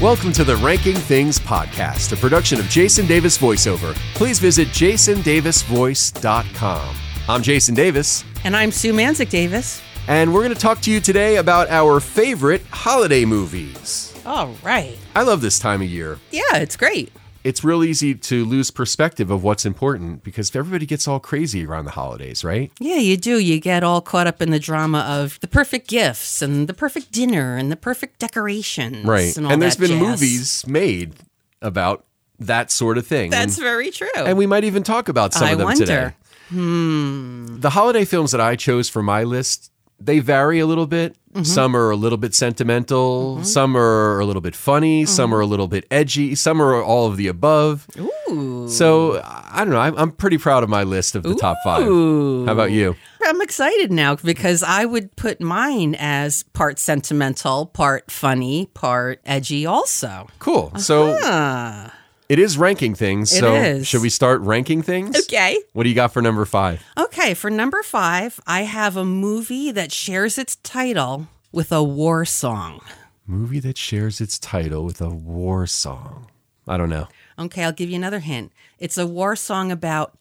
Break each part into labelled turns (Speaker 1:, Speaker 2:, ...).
Speaker 1: Welcome to the Ranking Things podcast, a production of Jason Davis VoiceOver. Please visit jasondavisvoice.com. I'm Jason Davis,
Speaker 2: And I'm Sue Manzik Davis.
Speaker 1: and we're going to talk to you today about our favorite holiday movies.
Speaker 2: All right.
Speaker 1: I love this time of year.
Speaker 2: Yeah, it's great.
Speaker 1: It's real easy to lose perspective of what's important because everybody gets all crazy around the holidays, right?
Speaker 2: Yeah, you do. You get all caught up in the drama of the perfect gifts and the perfect dinner and the perfect decorations. And, all
Speaker 1: And there's
Speaker 2: that
Speaker 1: been
Speaker 2: jazz.
Speaker 1: movies made about that sort of thing.
Speaker 2: That's
Speaker 1: And-
Speaker 2: very true.
Speaker 1: and we might even talk about some
Speaker 2: I
Speaker 1: of them
Speaker 2: wonder.
Speaker 1: today. Hmm. The holiday films that I chose for my list, they vary a little bit.
Speaker 2: Mm-hmm.
Speaker 1: Some are a little bit sentimental, some are a little bit funny,
Speaker 2: Mm-hmm.
Speaker 1: some are a little bit edgy, some are all of the above.
Speaker 2: Ooh.
Speaker 1: So I don't know. I'm, I'm pretty proud of my list of the top five. How about you?
Speaker 2: I'm excited now because I would put mine as part sentimental, part funny, part edgy also.
Speaker 1: Cool. So
Speaker 2: Ah.
Speaker 1: it is ranking things.
Speaker 2: It
Speaker 1: so
Speaker 2: is.
Speaker 1: should we start ranking things?
Speaker 2: Okay.
Speaker 1: What do you got for number five?
Speaker 2: Okay, for number five, I have a movie that shares its title with a war song.
Speaker 1: Movie that shares its title with a war song. I don't know.
Speaker 2: Okay, I'll give you another hint. It's a war song about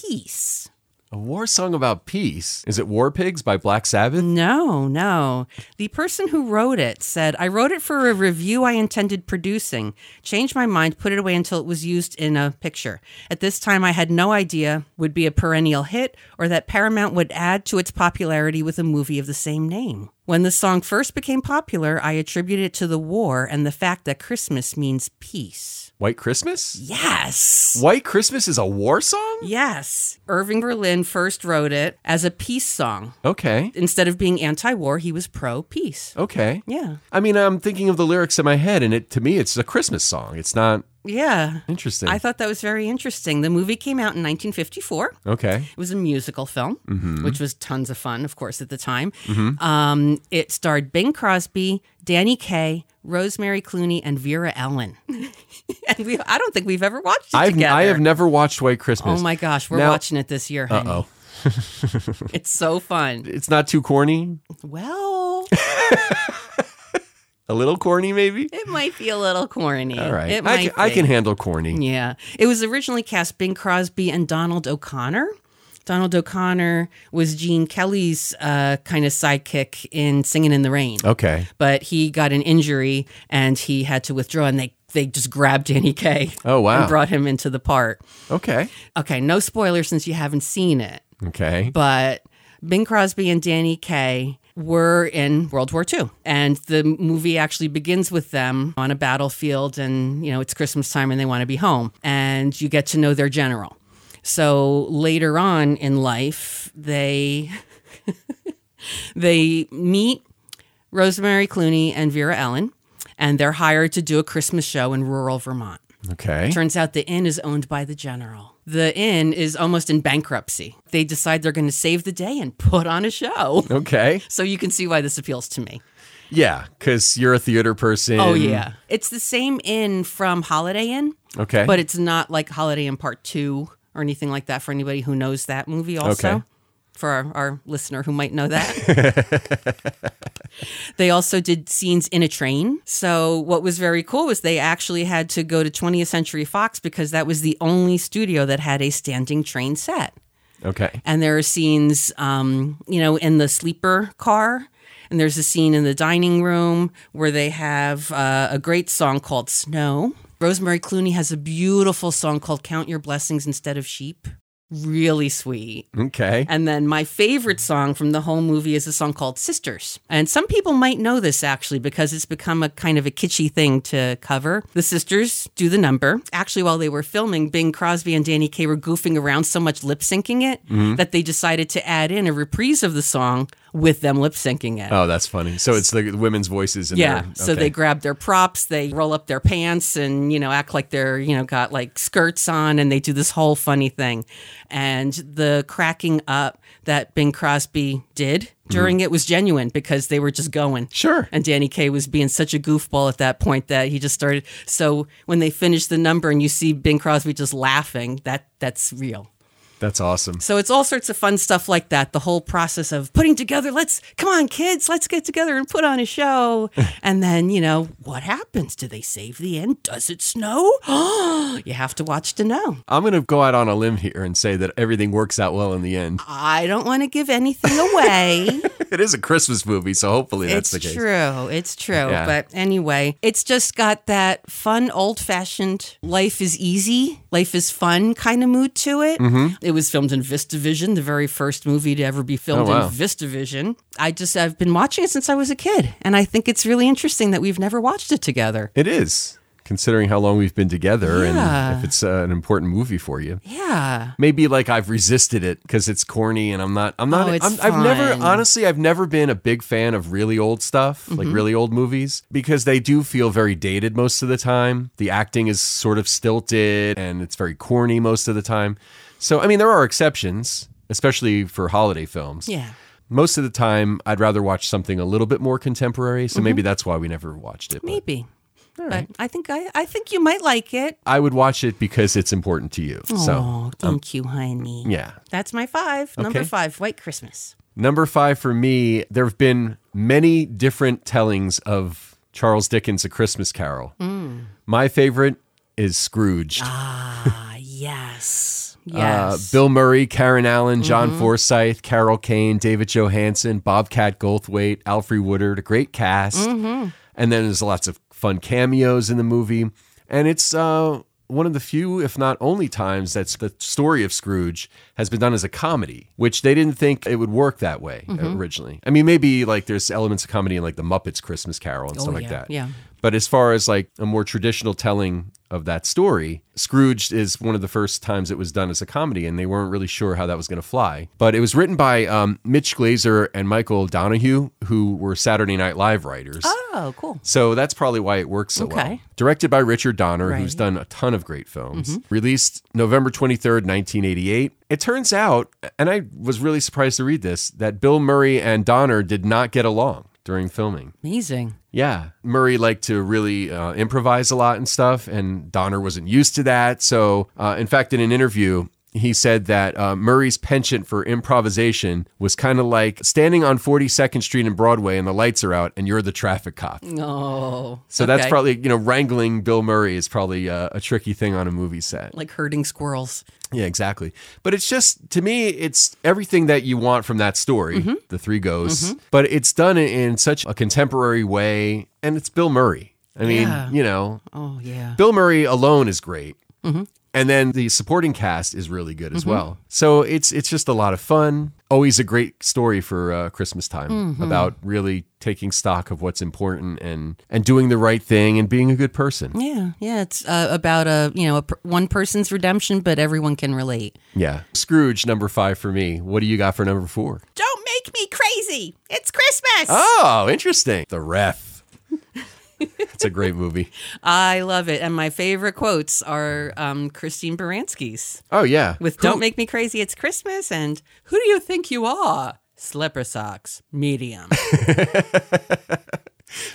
Speaker 2: peace.
Speaker 1: A war song about peace. Is it War Pigs by Black Sabbath?
Speaker 2: No, no. The person who wrote it said, I wrote it for a review I intended producing. Changed my mind, put it away until it was used in a picture. At this time, I had no idea would be a perennial hit or that Paramount would add to its popularity with a movie of the same name. When the song first became popular, I attributed it to the war and the fact that Christmas means peace.
Speaker 1: White Christmas?
Speaker 2: Yes.
Speaker 1: White Christmas is a war song?
Speaker 2: Yes. Irving Berlin first wrote it as a peace song.
Speaker 1: Okay.
Speaker 2: Instead of being anti war, he was pro peace.
Speaker 1: Okay.
Speaker 2: Yeah.
Speaker 1: I mean, I'm thinking of the lyrics in my head, and it to me, it's a Christmas song. It's not
Speaker 2: Yeah.
Speaker 1: interesting.
Speaker 2: I thought that was very interesting. The movie came out in 1954.
Speaker 1: okay.
Speaker 2: It was a musical film,
Speaker 1: Mm-hmm.
Speaker 2: which was tons of fun, of course, at the time. Um, it starred Bing Crosby, Danny Kaye, Rosemary Clooney, and Vera Ellen. and we, I don't think we've ever watched it
Speaker 1: I've,
Speaker 2: together.
Speaker 1: I have never watched White Christmas.
Speaker 2: Oh my gosh, we're
Speaker 1: Now-
Speaker 2: watching it this year. Uh oh. it's so fun.
Speaker 1: It's not too corny.
Speaker 2: Well,
Speaker 1: A little corny, maybe?
Speaker 2: It might be a little corny.
Speaker 1: All right.
Speaker 2: It
Speaker 1: I,
Speaker 2: might
Speaker 1: can, I
Speaker 2: be.
Speaker 1: can handle corny.
Speaker 2: Yeah. It was originally cast Bing Crosby and Donald O'Connor. Donald O'Connor was Gene Kelly's uh, kind of sidekick in Singing in the Rain,
Speaker 1: Okay.
Speaker 2: but he got an injury and he had to withdraw, and they, they just grabbed Danny Kaye
Speaker 1: Oh, wow.
Speaker 2: and brought him into the part.
Speaker 1: Okay.
Speaker 2: Okay, no spoilers since you haven't seen it,
Speaker 1: Okay.
Speaker 2: but Bing Crosby and Danny Kaye were in World War II. And the movie actually begins with them on a battlefield, and, you know, it's Christmas time and they want to be home. And you get to know their general. So later on in life, they. they meet Rosemary Clooney and Vera Ellen, and they're hired to do a Christmas show in rural Vermont.
Speaker 1: Okay.
Speaker 2: Turns out the inn is owned by the general. The inn is almost in bankruptcy. They decide they're going to save the day and put on a show.
Speaker 1: Okay.
Speaker 2: So you can see why this appeals to me.
Speaker 1: Yeah. Because you're a theater person.
Speaker 2: Oh, yeah. It's the same inn from Holiday Inn,
Speaker 1: Okay.
Speaker 2: but it's not like Holiday Inn Part 2 or anything like that for anybody who knows that movie also.
Speaker 1: Okay.
Speaker 2: For our, our listener who might know that, they also did scenes in a train. So, what was very cool was they actually had to go to 20th Century Fox because that was the only studio that had a standing train set.
Speaker 1: okay.
Speaker 2: and there are scenes, um, you know, in the sleeper car. And there's a scene in the dining room where they have uh, a great song called Snow. Rosemary Clooney has a beautiful song called Count Your Blessings Instead of Sheep. Really sweet.
Speaker 1: Okay.
Speaker 2: And then my favorite song from the whole movie is a song called Sisters. And some people might know this actually because it's become a kind of a kitschy thing to cover. The sisters do the number. Actually, while they were filming, Bing Crosby and Danny Kaye were goofing around so much lip syncing it that they decided to add in a reprise of the song with them lip syncing it.
Speaker 1: Oh, that's funny. So it's the women's voices. In
Speaker 2: Yeah.
Speaker 1: there.
Speaker 2: So
Speaker 1: Okay.
Speaker 2: they grab their props, they roll up their pants and, you know, act like they're, you know, got like skirts on and they do this whole funny thing. And the cracking up that Bing Crosby did during it was genuine because they were just going.
Speaker 1: Sure.
Speaker 2: And Danny Kaye was being such a goofball at that point that he just started. So when they finished the number and you see Bing Crosby just laughing, that that's real.
Speaker 1: That's awesome.
Speaker 2: So it's all sorts of fun stuff like that. The whole process of putting together, let's come on, kids, let's get together and put on a show. and then, you know, what happens? Do they save the end? Does it snow? you have to watch to know.
Speaker 1: I'm going to go out on a limb here and say that everything works out well in the end.
Speaker 2: I don't want to give anything away.
Speaker 1: It is a Christmas movie, so hopefully that's
Speaker 2: it's
Speaker 1: the case.
Speaker 2: true. It's true.
Speaker 1: Yeah.
Speaker 2: But anyway, it's just got that fun, old fashioned life is easy, life is fun kind of mood to it.
Speaker 1: Mm-hmm.
Speaker 2: It was filmed in VistaVision, the very first movie to ever be filmed
Speaker 1: Oh, wow.
Speaker 2: in VistaVision. I just, I've been watching it since I was a kid. And I think it's really interesting that we've never watched it together.
Speaker 1: It is, considering how long we've been together and
Speaker 2: Yeah.
Speaker 1: if it's uh, an important movie for you.
Speaker 2: Yeah.
Speaker 1: Maybe like I've resisted it because it's corny and I'm not. I'm not.
Speaker 2: Oh, it's
Speaker 1: I'm, I've never
Speaker 2: fine.
Speaker 1: honestly. I've never been a big fan of really old stuff,
Speaker 2: Mm-hmm.
Speaker 1: like really old movies, because they do feel very dated most of the time. The acting is sort of stilted and it's very corny most of the time. So I mean, there are exceptions, especially for holiday films.
Speaker 2: Yeah.
Speaker 1: Most of the time, I'd rather watch something a little bit more contemporary.
Speaker 2: Mm-hmm.
Speaker 1: So maybe that's why we never watched it. but-
Speaker 2: Maybe. But I think I, I think you might like it.
Speaker 1: I would watch it because it's important to you. So,
Speaker 2: oh, thank you, honey.
Speaker 1: um, yeah.
Speaker 2: That's my five. Number
Speaker 1: Okay.
Speaker 2: five, White Christmas.
Speaker 1: Number five for me, there have been many different tellings of Charles Dickens' A Christmas Carol. My favorite is Scrooge.
Speaker 2: Ah, yes. Yes.
Speaker 1: Uh,
Speaker 2: Mm-hmm.
Speaker 1: Bill Murray, Karen Allen, John Forsythe, Carol Kane, David Johansen, Bobcat Goldthwait, Alfred Woodard, a great cast.
Speaker 2: Mm-hmm.
Speaker 1: And then there's lots of fun cameos in the movie. And it's uh, one of the few, if not only times, that the story of Scrooge has been done as a comedy, which they didn't think it would work that way
Speaker 2: Mm-hmm.
Speaker 1: originally. I mean, maybe like there's elements of comedy in like the Muppets Christmas Carol and stuff like
Speaker 2: Oh, yeah,
Speaker 1: that.
Speaker 2: yeah.
Speaker 1: But as far as like a more traditional telling of that story, Scrooge is one of the first times it was done as a comedy, and they weren't really sure how that was going to fly. But it was written by um, Mitch Glazer and Michael Donahue, who were Saturday Night Live writers.
Speaker 2: oh, cool.
Speaker 1: So that's probably why it works so well.
Speaker 2: Okay.
Speaker 1: Directed by Richard Donner, who's
Speaker 2: Right. Mm-hmm.
Speaker 1: done a ton of great films. Released November 23rd, 1988. It turns out, and I was really surprised to read this, that Bill Murray and Donner did not get along during filming.
Speaker 2: Amazing.
Speaker 1: Yeah. Murray liked to really uh, improvise a lot and stuff, and Donner wasn't used to that. So, uh, in fact, in an interview, he said that uh, Murray's penchant for improvisation was kind of like standing on 42nd Street and Broadway and the lights are out and you're the traffic cop.
Speaker 2: Oh.
Speaker 1: So that's probably, you know, wrangling Bill Murray is probably uh, a tricky thing on a movie set.
Speaker 2: like herding squirrels.
Speaker 1: Yeah, exactly. But it's just to me, it's everything that you want from that story,
Speaker 2: Mm-hmm.
Speaker 1: the three ghosts. But it's done in such a contemporary way, and it's Bill Murray. I mean,
Speaker 2: Yeah.
Speaker 1: you know,
Speaker 2: Oh, yeah.
Speaker 1: Bill Murray alone is great,
Speaker 2: Mm-hmm.
Speaker 1: and then the supporting cast is really good as well. So it's it's just a lot of fun. Always a great story for uh, Christmas time
Speaker 2: Mm-hmm.
Speaker 1: about really taking stock of what's important and and doing the right thing and being a good person.
Speaker 2: Yeah, yeah. It's uh, about a you know a, per- one person's redemption, but everyone can relate.
Speaker 1: Yeah, Scrooge number five for me. What do you got for number four?
Speaker 2: Don't make me crazy. It's Christmas.
Speaker 1: Oh, interesting. The Ref. it's a great movie.
Speaker 2: I love it, and my favorite quotes are um, Christine Baranski's
Speaker 1: Oh yeah.
Speaker 2: with
Speaker 1: Who-
Speaker 2: "Don't make me crazy. It's Christmas," and "Who do you think you are?" Slipper socks, medium.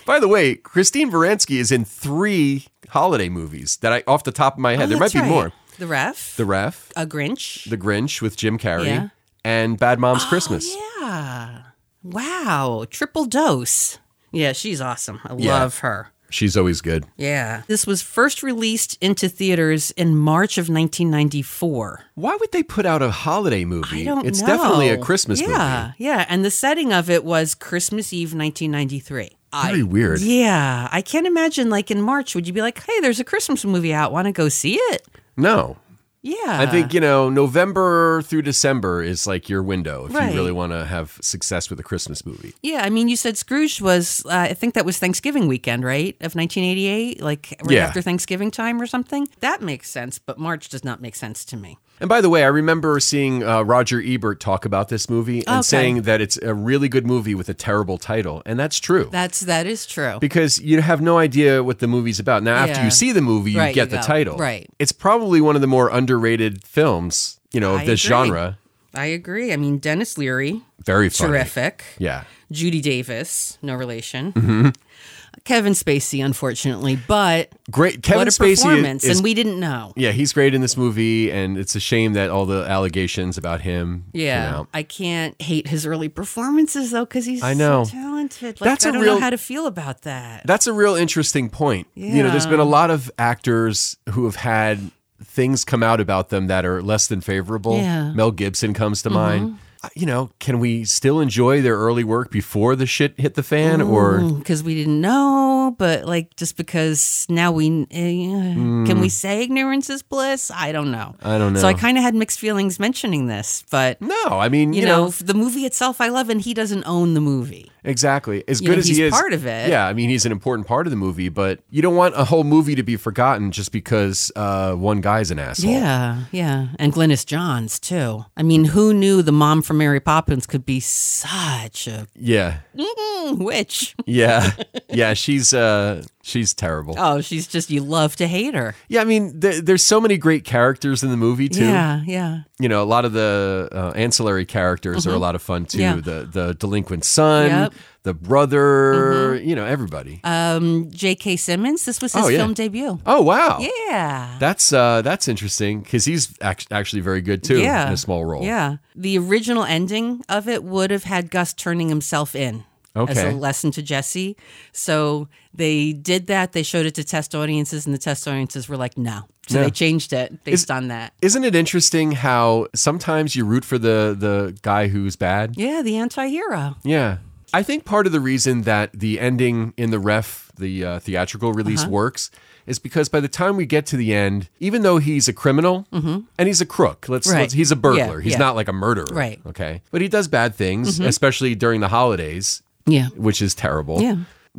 Speaker 1: By the way, Christine Baranski is in three holiday movies that I off the top of my head. there might
Speaker 2: Oh, That's
Speaker 1: be
Speaker 2: right.
Speaker 1: more.
Speaker 2: The ref,
Speaker 1: The Ref,
Speaker 2: a Grinch.
Speaker 1: The Grinch with Jim Carrey,
Speaker 2: Yeah. Oh,
Speaker 1: and Bad Mom's Christmas.
Speaker 2: Yeah. Wow. Triple dose. Yeah, she's awesome. I
Speaker 1: Yeah.
Speaker 2: love her.
Speaker 1: She's always good.
Speaker 2: Yeah. This was first released into theaters in March of 1994.
Speaker 1: Why would they put out a holiday movie?
Speaker 2: I don't
Speaker 1: it's
Speaker 2: know.
Speaker 1: definitely a Christmas
Speaker 2: yeah,
Speaker 1: movie.
Speaker 2: Yeah. Yeah. And the setting of it was Christmas Eve 1993. I,
Speaker 1: Very weird.
Speaker 2: yeah. I can't imagine, like in March, would you be like, hey, there's a Christmas movie out. Want to go see it?
Speaker 1: No.
Speaker 2: Yeah.
Speaker 1: I think, you know, November through December is like your window if
Speaker 2: Right.
Speaker 1: you really want to have success with a Christmas movie.
Speaker 2: Yeah, I mean, you said Scrooge was, uh, I think that was Thanksgiving weekend, right? Of 1988, like right
Speaker 1: Yeah.
Speaker 2: after Thanksgiving time or something. That makes sense, but March does not make sense to me.
Speaker 1: And by the way, I remember seeing uh, Roger Ebert talk about this movie and
Speaker 2: Okay.
Speaker 1: saying that it's a really good movie with a terrible title, and that's true.
Speaker 2: That's that is true.
Speaker 1: because you have no idea what the movie's about. Now, after
Speaker 2: Yeah.
Speaker 1: you see the movie, you
Speaker 2: Right,
Speaker 1: get
Speaker 2: you
Speaker 1: the
Speaker 2: go.
Speaker 1: title.
Speaker 2: Right.
Speaker 1: It's probably one of the more underrated films, you know, of
Speaker 2: I
Speaker 1: this
Speaker 2: agree.
Speaker 1: genre.
Speaker 2: I agree. I mean, Dennis Leary,
Speaker 1: Very funny.
Speaker 2: terrific.
Speaker 1: Yeah.
Speaker 2: Judy Davis, no relation.
Speaker 1: Mm-hmm.
Speaker 2: Kevin Spacey, unfortunately, but
Speaker 1: Great. Kevin
Speaker 2: what a
Speaker 1: Spacey
Speaker 2: performance,
Speaker 1: is.
Speaker 2: and we didn't know.
Speaker 1: yeah, he's great in this movie, and it's a shame that all the allegations about him. came
Speaker 2: Yeah,
Speaker 1: out.
Speaker 2: I can't hate his early performances though, because he's
Speaker 1: I know.
Speaker 2: so talented. Like,
Speaker 1: That's
Speaker 2: I
Speaker 1: a
Speaker 2: don't
Speaker 1: real-
Speaker 2: know how to feel about that.
Speaker 1: That's a real interesting point. You know, there's been a lot of actors who have had things come out about them that are less than favorable.
Speaker 2: Yeah. Mm-hmm.
Speaker 1: Mel Gibson comes to mind. Uh, You know, can we still enjoy their early work before the shit hit the fan or
Speaker 2: Because Mm, we didn't know, but like just because now we uh, can we say ignorance is bliss? I don't know.
Speaker 1: Mm. I don't
Speaker 2: So I
Speaker 1: know.
Speaker 2: kind of had mixed feelings mentioning this, but
Speaker 1: no, I mean,
Speaker 2: you,
Speaker 1: you,
Speaker 2: know, f the movie itself I love, and he doesn't own the movie.
Speaker 1: exactly. As
Speaker 2: You
Speaker 1: good
Speaker 2: know,
Speaker 1: as he is
Speaker 2: he's part of it.
Speaker 1: Yeah, I mean, he's an important part of the movie, but you don't want a whole movie to be forgotten just because uh, one guy's an asshole.
Speaker 2: Yeah, yeah. And Glynis Johns, too. I mean, who knew the mom from Mary Poppins could be such a
Speaker 1: Yeah.
Speaker 2: mm, witch?
Speaker 1: Yeah. yeah, she's uh she's terrible.
Speaker 2: Oh, she's just, you love to hate her.
Speaker 1: Yeah, I mean, there, there's so many great characters in the movie too.
Speaker 2: Yeah, yeah.
Speaker 1: You know, a lot of the uh, ancillary characters are a lot of fun too.
Speaker 2: Mm-hmm. Yeah.
Speaker 1: The the delinquent son,
Speaker 2: Yep. Mm-hmm.
Speaker 1: the brother, you know, everybody.
Speaker 2: Um, J.K. Simmons, this was his
Speaker 1: Oh, yeah.
Speaker 2: film debut.
Speaker 1: oh wow,
Speaker 2: Yeah.
Speaker 1: that's uh, that's interesting because he's act- actually very good too
Speaker 2: yeah.
Speaker 1: in a small role.
Speaker 2: Yeah. The original ending of it would have had Gus turning himself in. As a
Speaker 1: Okay.
Speaker 2: lesson to Jesse. So they did that. They showed it to test audiences, and the test audiences were like, no. So
Speaker 1: Yeah.
Speaker 2: they changed it based on that.
Speaker 1: Isn't it interesting how sometimes you root for the the guy who's bad?
Speaker 2: Yeah, the anti hero.
Speaker 1: Yeah. I think part of the reason that the ending in the ref, the uh, theatrical
Speaker 2: Uh-huh.
Speaker 1: release, works is because by the time we get to the end, even though he's a criminal and he's a crook, let's,
Speaker 2: Mm-hmm. Right.
Speaker 1: let's- he's a burglar.
Speaker 2: Yeah,
Speaker 1: he's
Speaker 2: yeah.
Speaker 1: not like a murderer,
Speaker 2: Right. Mm-hmm.
Speaker 1: Okay, but he does bad things, especially during the holidays,
Speaker 2: Yeah.
Speaker 1: which is terrible.
Speaker 2: Yeah.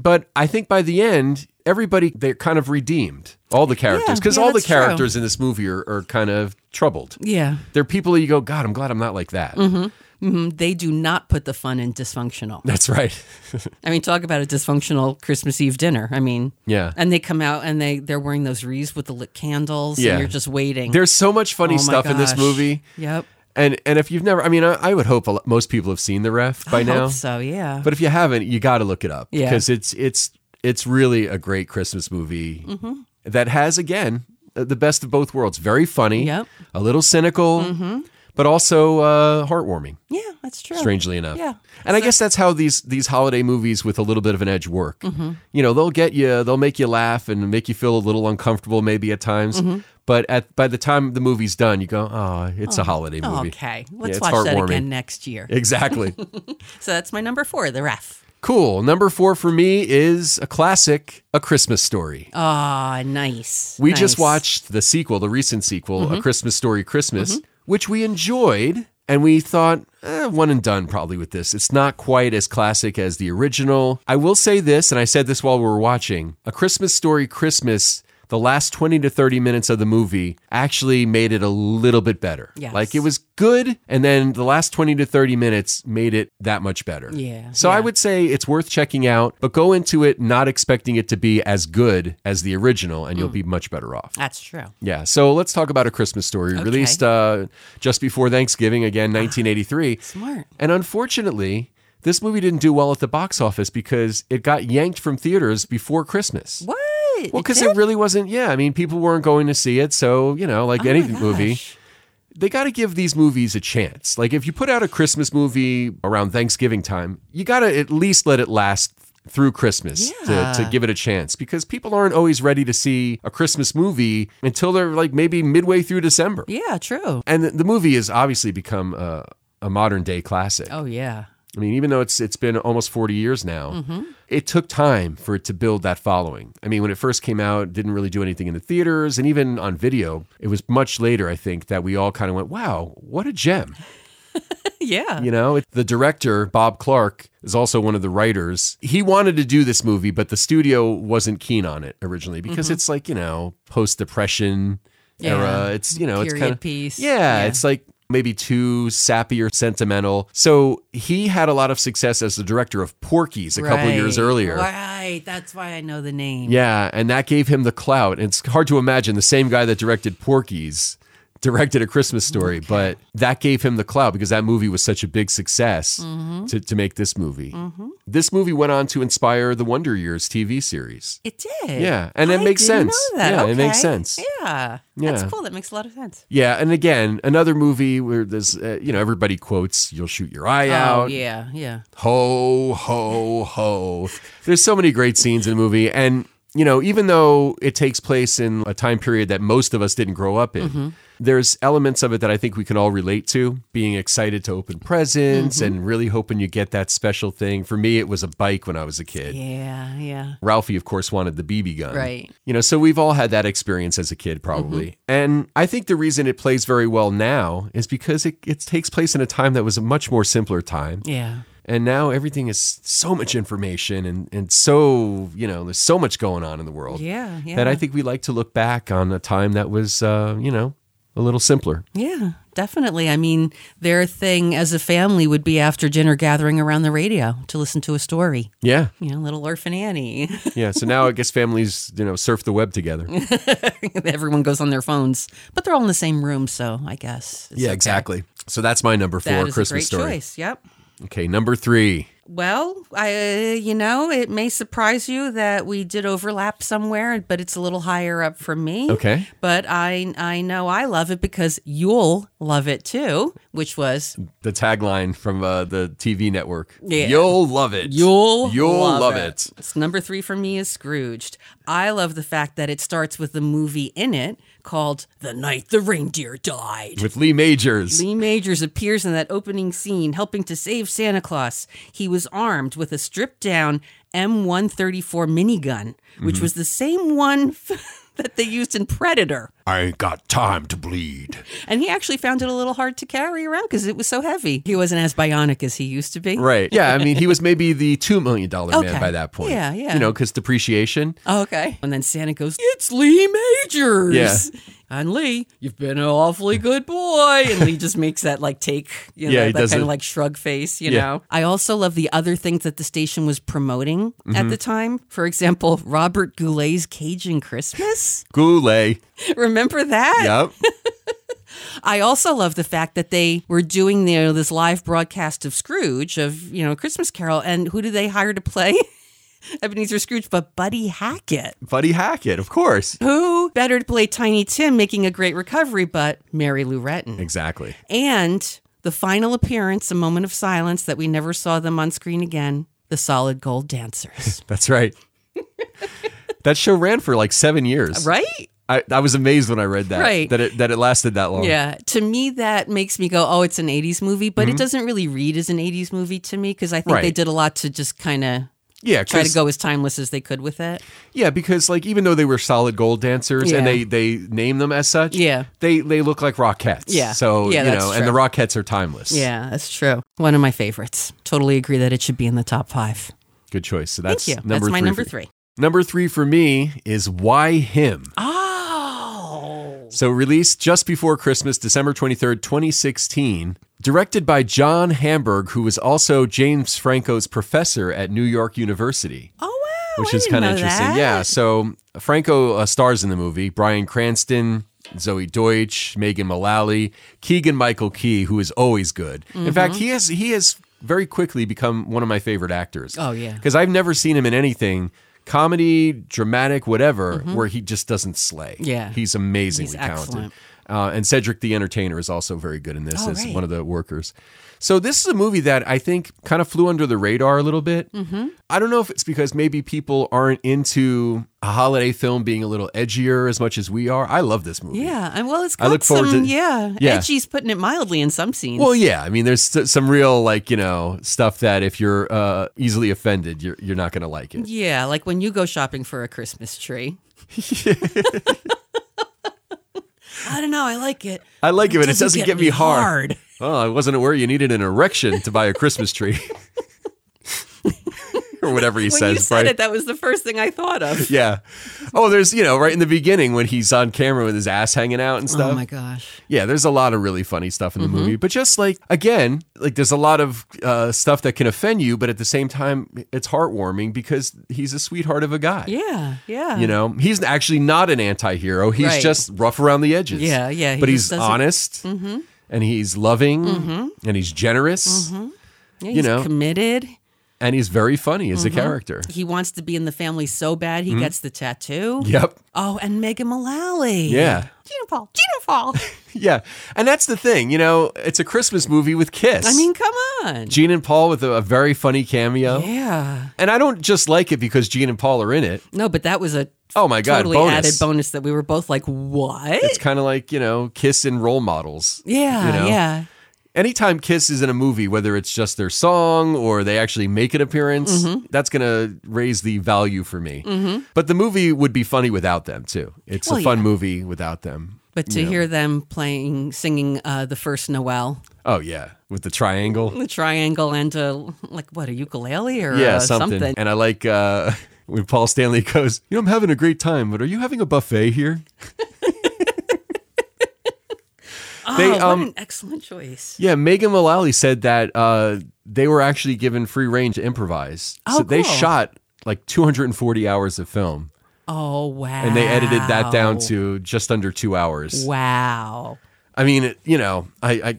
Speaker 1: But I think by the end, everybody they're kind of redeemed. All the characters,
Speaker 2: Yeah,
Speaker 1: because
Speaker 2: yeah,
Speaker 1: all the
Speaker 2: that's true.
Speaker 1: characters in this movie are, are kind of troubled.
Speaker 2: Yeah.
Speaker 1: They're people that you go, God, I'm glad I'm not like that.
Speaker 2: Mm, They do not put the fun in dysfunctional.
Speaker 1: That's right.
Speaker 2: I mean, talk about a dysfunctional Christmas Eve dinner. I mean,
Speaker 1: Yeah.
Speaker 2: And they come out and they they're wearing those wreaths with the lit candles.
Speaker 1: Yeah.
Speaker 2: And you're just waiting.
Speaker 1: There's so much funny
Speaker 2: Oh my
Speaker 1: stuff in this
Speaker 2: gosh.
Speaker 1: movie.
Speaker 2: Yep.
Speaker 1: And and if you've never, I mean, I, I would hope a lot, most people have seen the ref by
Speaker 2: I
Speaker 1: now.
Speaker 2: Hope so yeah.
Speaker 1: But if you haven't, you got to look it up
Speaker 2: Yeah.
Speaker 1: because it's it's it's really a great Christmas movie
Speaker 2: Mm-hmm.
Speaker 1: that has again uh, the best of both worlds. Very funny,
Speaker 2: Yep. Mm-hmm.
Speaker 1: a little cynical, but also uh, heartwarming.
Speaker 2: yeah, that's true.
Speaker 1: Strangely enough,
Speaker 2: Oh, Yeah.
Speaker 1: and I guess that's how these these holiday movies with a little bit of an edge work.
Speaker 2: Mm-hmm.
Speaker 1: You know, they'll get you, they'll make you laugh and make you feel a little uncomfortable maybe at times.
Speaker 2: Mm-hmm.
Speaker 1: But at by the time the movie's done, you go, oh, it's a holiday
Speaker 2: Oh,
Speaker 1: movie.
Speaker 2: okay,
Speaker 1: Yeah,
Speaker 2: let's
Speaker 1: it's
Speaker 2: watch that
Speaker 1: heartwarming.
Speaker 2: again next year.
Speaker 1: Exactly.
Speaker 2: So that's my number four, the ref.
Speaker 1: cool. Number four for me is a classic, A Christmas Story.
Speaker 2: Ah, nice.
Speaker 1: we just
Speaker 2: nice. Mm-hmm.
Speaker 1: watched the sequel, the recent sequel, A Christmas Story Christmas, which we enjoyed. And we thought, eh, one and done probably with this. It's not quite as classic as the original. I will say this, and I said this while we were watching A Christmas Story Christmas, the last 20 to 30 minutes of the movie actually made it a little bit better.
Speaker 2: Yes.
Speaker 1: Like it was good, and then the last 20 to 30 minutes made it that much better.
Speaker 2: Yeah,
Speaker 1: So I would say it's worth checking out, but go into it not expecting it to be as good as the original, and you'll
Speaker 2: Mm.
Speaker 1: be much better off.
Speaker 2: That's true.
Speaker 1: Yeah. So let's talk about A Christmas Story, released uh, just before Thanksgiving, again,
Speaker 2: Ah.
Speaker 1: 1983.
Speaker 2: Smart.
Speaker 1: And unfortunately, this movie didn't do well at the box office because it got yanked from theaters before Christmas.
Speaker 2: What?
Speaker 1: Well, because it really wasn't, yeah. I mean, people weren't going to see it. So, you know, like any
Speaker 2: Oh my
Speaker 1: movie,
Speaker 2: gosh.
Speaker 1: they got to give these movies a chance. Like, if you put out a Christmas movie around Thanksgiving time, you got to at least let it last through Christmas to, to
Speaker 2: Yeah.
Speaker 1: give it a chance because people aren't always ready to see a Christmas movie until they're like maybe midway through December.
Speaker 2: Yeah, true.
Speaker 1: And the- the movie has obviously become a, a modern day classic.
Speaker 2: Oh yeah.
Speaker 1: I mean, even though it's it's been almost forty years now, it took time for it to build that following. I mean, when it first came out, it didn't really do anything in the theaters, and even on video, it was much later, I think, that we all kind of went, "Wow, what a gem!"
Speaker 2: yeah.
Speaker 1: You know, It- the director Bob Clark is also one of the writers. He wanted to do this movie, but the studio wasn't keen on it originally because it's like you know, post depression
Speaker 2: Mm-hmm. Yeah.
Speaker 1: era. It's you know, it's
Speaker 2: Period
Speaker 1: kind of
Speaker 2: piece.
Speaker 1: yeah,
Speaker 2: Yeah.
Speaker 1: it's like maybe too sappy or sentimental. So he had a lot of success as the director of Porky's a couple of years
Speaker 2: Right.
Speaker 1: earlier.
Speaker 2: Right. That's why I know the name.
Speaker 1: Yeah, and that gave him the clout. And it's hard to imagine the same guy that directed Porky's directed a Christmas story, but that gave him the clout because that movie was such a big success
Speaker 2: Mm-hmm.
Speaker 1: to, to make this movie. This movie went on to inspire the Wonder Years TV series.
Speaker 2: It did.
Speaker 1: Yeah, and it
Speaker 2: I
Speaker 1: makes
Speaker 2: didn't
Speaker 1: sense.
Speaker 2: know that.
Speaker 1: Yeah, it makes
Speaker 2: Okay.
Speaker 1: sense.
Speaker 2: Yeah.
Speaker 1: Yeah.
Speaker 2: That's cool. That makes a lot of sense.
Speaker 1: Yeah, and again, another movie where there's, uh, you know, everybody quotes, you'll shoot your eye
Speaker 2: Oh,
Speaker 1: out.
Speaker 2: yeah. Yeah.
Speaker 1: Ho, ho, ho. There's so many great scenes in the movie. And, you know, even though it takes place in a time period that most of us didn't grow up in,
Speaker 2: Mm-hmm.
Speaker 1: there's elements of it that I think we can all relate to being excited to open presents
Speaker 2: Mm-hmm.
Speaker 1: and really hoping you get that special thing. For me, it was a bike when I was a kid.
Speaker 2: Yeah. Yeah.
Speaker 1: Ralphie, of course, wanted the BB gun.
Speaker 2: Right. Mm-hmm.
Speaker 1: You know, so we've all had that experience as a kid, probably. And I think the reason it plays very well now is because it, it takes place in a time that was a much more simpler time.
Speaker 2: Yeah.
Speaker 1: And now everything is so much information and, and so, you know, there's so much going on in the world
Speaker 2: Yeah. Yeah.
Speaker 1: that I think we like to look back on a time that was, uh, you know, a little simpler.
Speaker 2: Yeah, definitely. I mean, their thing as a family would be after dinner gathering around the radio to listen to a story.
Speaker 1: Yeah.
Speaker 2: You know, little orphan Annie.
Speaker 1: Yeah. So now I guess families, you know, surf the web together.
Speaker 2: Everyone goes on their phones, but they're all in the same room, so I guess. it's
Speaker 1: yeah,
Speaker 2: okay.
Speaker 1: exactly. So that's my number four
Speaker 2: That is
Speaker 1: Christmas
Speaker 2: a great
Speaker 1: story.
Speaker 2: choice. Yep.
Speaker 1: Okay. Number three.
Speaker 2: Well, I you know, it may surprise you that we did overlap somewhere, but it's a little higher up for me.
Speaker 1: Okay.
Speaker 2: But I I know I love it because you'll love it too, which was
Speaker 1: the tagline from uh, the TV network.
Speaker 2: Yeah.
Speaker 1: You'll love it.
Speaker 2: You'll
Speaker 1: You'll love, it.
Speaker 2: It's number three for me is Scrooged. I love the fact that it starts with the movie in it called "The Night the Reindeer Died."
Speaker 1: With Lee Majors.
Speaker 2: Lee Majors appears in that opening scene, helping to save Santa Claus. He was armed with a stripped down M134 minigun,
Speaker 1: Mm-hmm.
Speaker 2: which was the same one that they used in Predator.
Speaker 1: I ain't got time to bleed.
Speaker 2: And he actually found it a little hard to carry around because it was so heavy. He wasn't as bionic as he used to be.
Speaker 1: Right. Yeah. I mean, he was maybe the $2 million man
Speaker 2: Okay.
Speaker 1: by that point.
Speaker 2: Yeah, yeah.
Speaker 1: You know, because depreciation.
Speaker 2: Oh, Okay. And then Santa goes, It's Lee Majors.
Speaker 1: Yeah.
Speaker 2: And Lee, you've been an awfully good boy. And Lee just makes that like take, you know,
Speaker 1: Yeah, he
Speaker 2: that
Speaker 1: does
Speaker 2: kind
Speaker 1: it.
Speaker 2: of like shrug face, you
Speaker 1: Yeah.
Speaker 2: know. I also love the other things that the station was promoting at the time. For example, Robert Goulet's Cajun Christmas.
Speaker 1: Goulet.
Speaker 2: Remember that?
Speaker 1: Yep.
Speaker 2: I also love the fact that they were doing you know, this live broadcast of Scrooge of you know Christmas Carol, and who did they hire to play Ebenezer Scrooge? But Buddy Hackett.
Speaker 1: Buddy Hackett, of course.
Speaker 2: Who better to play Tiny Tim making a great recovery but Mary Lou Retton?
Speaker 1: Exactly.
Speaker 2: And the final appearance, a moment of silence that we never saw them on screen again, the solid gold dancers.
Speaker 1: That's right. that show ran for like seven years.
Speaker 2: right?
Speaker 1: I, I was amazed when I read that.
Speaker 2: Right.
Speaker 1: That it, that it lasted that long.
Speaker 2: Yeah. To me, that makes me go, oh, it's an 80s movie, but it doesn't really read as an 80s movie to me because I think they
Speaker 1: Mhm. Right.
Speaker 2: did a lot to just kind of
Speaker 1: Yeah.
Speaker 2: try
Speaker 1: 'cause-
Speaker 2: to go as timeless as they could with it.
Speaker 1: Yeah, because like even though they were solid gold dancers and they
Speaker 2: Yeah.
Speaker 1: they name them as such,
Speaker 2: Yeah.
Speaker 1: they they look like Rockettes.
Speaker 2: Yeah.
Speaker 1: so
Speaker 2: Yeah,
Speaker 1: you
Speaker 2: that's
Speaker 1: know, and the
Speaker 2: true.
Speaker 1: Rockettes are timeless.
Speaker 2: Yeah, that's true. One of my favorites. Totally agree that it should be in the top five.
Speaker 1: good choice. So
Speaker 2: Thank
Speaker 1: that's
Speaker 2: you.
Speaker 1: number
Speaker 2: that's my
Speaker 1: three
Speaker 2: number
Speaker 1: for-
Speaker 2: three.
Speaker 1: Number three for me is why him.
Speaker 2: Oh.
Speaker 1: So released just before Christmas, December twenty third, twenty sixteen. Directed by John Hamburg, who was also James Franco's professor at New York University.
Speaker 2: Oh, wow.
Speaker 1: which
Speaker 2: I
Speaker 1: is
Speaker 2: didn't
Speaker 1: kind of
Speaker 2: know
Speaker 1: interesting.
Speaker 2: that.
Speaker 1: Yeah. So Franco uh, stars in the movie. Brian Cranston, Zoe Deutsch, Megan Mullally, Keegan Michael Key, who is always good. In
Speaker 2: Mm-hmm.
Speaker 1: fact, he has he has very quickly become one of my favorite actors.
Speaker 2: Oh, yeah.
Speaker 1: because I've never seen him in anything. Comedy, dramatic, whatever, where he just doesn't slay.
Speaker 2: Mm-hmm. Yeah.
Speaker 1: He's amazingly
Speaker 2: He's
Speaker 1: talented.
Speaker 2: excellent.
Speaker 1: Uh, and Cedric the Entertainer is also very good in this
Speaker 2: Oh,
Speaker 1: as
Speaker 2: right.
Speaker 1: one of the workers. So this is a movie that I think kind of flew under the radar a little bit. Mm-hmm. I don't know if it's because maybe people aren't into a holiday film being a little edgier as much as we are. I love this movie.
Speaker 2: Yeah. And well, it's
Speaker 1: I
Speaker 2: got
Speaker 1: look
Speaker 2: some,
Speaker 1: forward to-
Speaker 2: yeah,
Speaker 1: Yeah.
Speaker 2: Edgy's putting it mildly in some scenes.
Speaker 1: Well, yeah. I mean, there's s- some real like you know stuff that if you're uh, easily offended, you're you're not gonna like it.
Speaker 2: yeah, like when you go shopping for a Christmas tree. I don't know. I like it.
Speaker 1: I like it, but it doesn't get me hard.
Speaker 2: hard.
Speaker 1: Oh, I wasn't aware you needed an erection to buy a Christmas tree. or whatever he
Speaker 2: when
Speaker 1: says.
Speaker 2: you said
Speaker 1: right?
Speaker 2: it, that was the first thing I thought of.
Speaker 1: Yeah. Oh, there's you know right in the beginning when he's on camera with his ass hanging out and stuff.
Speaker 2: Oh my Mm-hmm. gosh.
Speaker 1: Yeah, there's a lot of really funny stuff in the movie, but just like again, like there's a lot of uh, stuff that can offend you, but at the same time, it's heartwarming because he's a sweetheart of a guy.
Speaker 2: Yeah, yeah.
Speaker 1: You know, he's actually not an anti-hero. He's
Speaker 2: Right.
Speaker 1: just rough around the edges.
Speaker 2: Yeah, yeah, he
Speaker 1: but
Speaker 2: just
Speaker 1: he's
Speaker 2: doesn't- Mm-hmm.
Speaker 1: honest, and he's loving, and he's generous,
Speaker 2: Mm-hmm. Yeah,
Speaker 1: you
Speaker 2: he's
Speaker 1: know.
Speaker 2: committed.
Speaker 1: and he's very funny as
Speaker 2: Mm-hmm.
Speaker 1: a character.
Speaker 2: He wants to be in the family so bad he
Speaker 1: Hmm?
Speaker 2: gets the tattoo.
Speaker 1: Yep.
Speaker 2: Oh, and Megan Mullally.
Speaker 1: Yeah.
Speaker 2: Gina Paul. Gina Paul.
Speaker 1: Yeah. And that's the thing, you know, it's a Christmas movie with Kiss.
Speaker 2: I mean, come on.
Speaker 1: Gene and Paul with a, a very funny cameo.
Speaker 2: yeah.
Speaker 1: And I don't just like it because Gene and Paul are in it.
Speaker 2: No, but that was a
Speaker 1: Oh my God,
Speaker 2: totally
Speaker 1: bonus.
Speaker 2: added bonus that we were both like, what?
Speaker 1: It's kind of like, you know, Kiss and role models.
Speaker 2: yeah,
Speaker 1: you know?
Speaker 2: yeah.
Speaker 1: Anytime Kiss is in a movie, whether it's just their song or they actually make an appearance,
Speaker 2: Mm-hmm.
Speaker 1: that's going to raise the value for me. But the movie would be funny without them, too. It's
Speaker 2: Well,
Speaker 1: a fun
Speaker 2: yeah.
Speaker 1: movie without them.
Speaker 2: But to hear them playing, singing uh, the first Noel,
Speaker 1: Oh, yeah. With the triangle.
Speaker 2: the triangle, and uh, like what a ukulele or
Speaker 1: Yeah,
Speaker 2: Mm-hmm. uh,
Speaker 1: something. And I like uh, when Paul Stanley goes, You know, I'm having a great time, but are you having a buffet here?
Speaker 2: Oh,
Speaker 1: They,
Speaker 2: what
Speaker 1: um,
Speaker 2: an excellent choice.
Speaker 1: Yeah, Megan Mullally said that uh, they were actually given free reign to improvise.
Speaker 2: Oh,
Speaker 1: so they
Speaker 2: cool.
Speaker 1: shot like 240 hours of film
Speaker 2: Oh wow!
Speaker 1: and they edited that down to just under two hours.
Speaker 2: wow.
Speaker 1: I mean, it, you know, I. I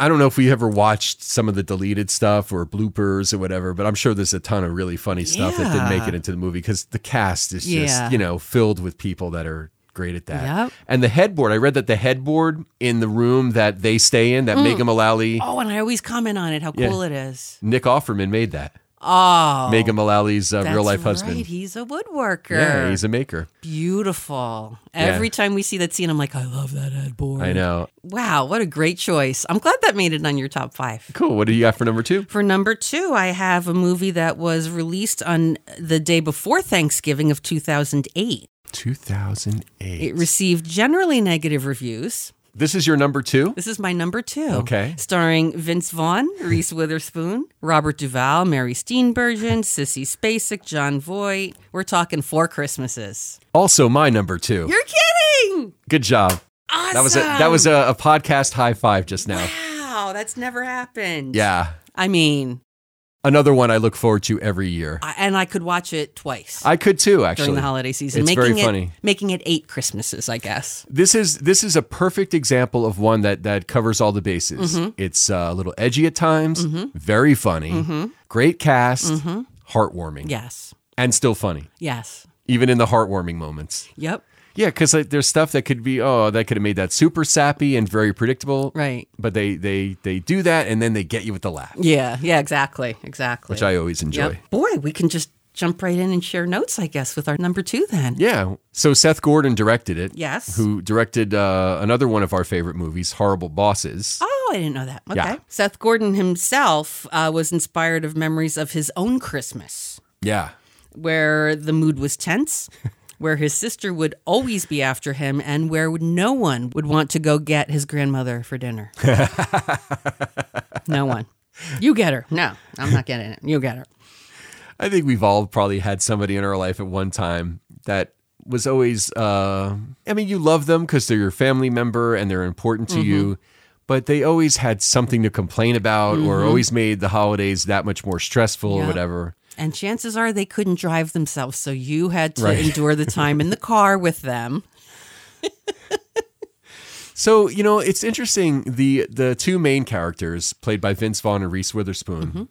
Speaker 1: I don't know if we ever watched some of the deleted stuff or bloopers or whatever, but I'm sure there's a ton of really funny stuff that didn't make
Speaker 2: Yeah.
Speaker 1: it into the movie because the cast is just,
Speaker 2: Yeah.
Speaker 1: you know, filled with people that are great at that.
Speaker 2: Yep.
Speaker 1: And the headboard, I read that the headboard in the room that they stay in, that Megan Mullally,
Speaker 2: Mm. Oh, and I always comment on it. How cool it is.
Speaker 1: Nick Offerman made that.
Speaker 2: Oh,
Speaker 1: Megan Mullally's uh,
Speaker 2: that's
Speaker 1: real life
Speaker 2: Right.
Speaker 1: husband.
Speaker 2: He's a woodworker.
Speaker 1: Yeah, he's a maker.
Speaker 2: beautiful. Every time we see that scene, I'm like, I love that headboard.
Speaker 1: I know.
Speaker 2: Wow, what a great choice. I'm glad that made it on your top five.
Speaker 1: Cool. What do you got for number two?
Speaker 2: For number two, I have a movie that was released on the day before Thanksgiving of 2008.
Speaker 1: 2008.
Speaker 2: It received generally negative reviews.
Speaker 1: this is your number two?
Speaker 2: This is my number two.
Speaker 1: Okay.
Speaker 2: Starring Vince Vaughn, Reese Witherspoon, Robert Duvall, Mary Steenburgen, Sissy Spacek, John Voight. We're talking four Christmases.
Speaker 1: Also, my number two.
Speaker 2: You're kidding!
Speaker 1: Good job.
Speaker 2: Awesome.
Speaker 1: That was a that was a, a podcast high five just now.
Speaker 2: Wow, that's never happened.
Speaker 1: Yeah.
Speaker 2: I mean,
Speaker 1: Another one I look forward to every year.
Speaker 2: I, and I could watch it twice
Speaker 1: I could too, actually.
Speaker 2: during the holiday season.
Speaker 1: it's
Speaker 2: making
Speaker 1: very
Speaker 2: it,
Speaker 1: funny.
Speaker 2: Making it eight Christmases, I guess.
Speaker 1: This is this is a perfect example of one that that covers all the bases.
Speaker 2: Mm-hmm.
Speaker 1: It's uh, a little edgy at times, very funny,
Speaker 2: Mm-hmm.
Speaker 1: great cast, heartwarming,
Speaker 2: Yes.
Speaker 1: and still funny,
Speaker 2: Yes.
Speaker 1: even in the heartwarming moments.
Speaker 2: Yep.
Speaker 1: Yeah, because like, there's stuff that could be oh that could have made that super sappy and very predictable,
Speaker 2: Right.
Speaker 1: But they they they do that and then they get you with the laugh,
Speaker 2: Yeah. Yeah. Exactly. Exactly.
Speaker 1: which I always enjoy.
Speaker 2: Yep. Boy, we can just jump right in and share notes, I guess, with our number two then.
Speaker 1: Yeah. So Seth Gordon directed it.
Speaker 2: Yes.
Speaker 1: Who directed uh, another one of our favorite movies, Horrible Bosses.
Speaker 2: Oh, I didn't know that. Okay.
Speaker 1: Yeah.
Speaker 2: Seth Gordon himself uh, was inspired of memories of his own Christmas,
Speaker 1: Yeah.
Speaker 2: where the mood was tense, where his sister would always be after him, and where no one would want to go get his grandmother for dinner. no one. You get her. No, I'm not getting it. You get her.
Speaker 1: I think we've all probably had somebody in our life at one time that was always. Uh, I mean, you love them because they're your family member and they're important to
Speaker 2: Mm-hmm.
Speaker 1: you, but they always had something to complain about or always made the holidays that much more stressful or
Speaker 2: Mm-hmm. Yeah.
Speaker 1: whatever.
Speaker 2: And chances are they couldn't drive themselves, so you had to
Speaker 1: Right.
Speaker 2: endure the time in the car with them.
Speaker 1: So you know, it's interesting. the The two main characters, played by Vince Vaughn and Reese Witherspoon,
Speaker 2: Mm-hmm.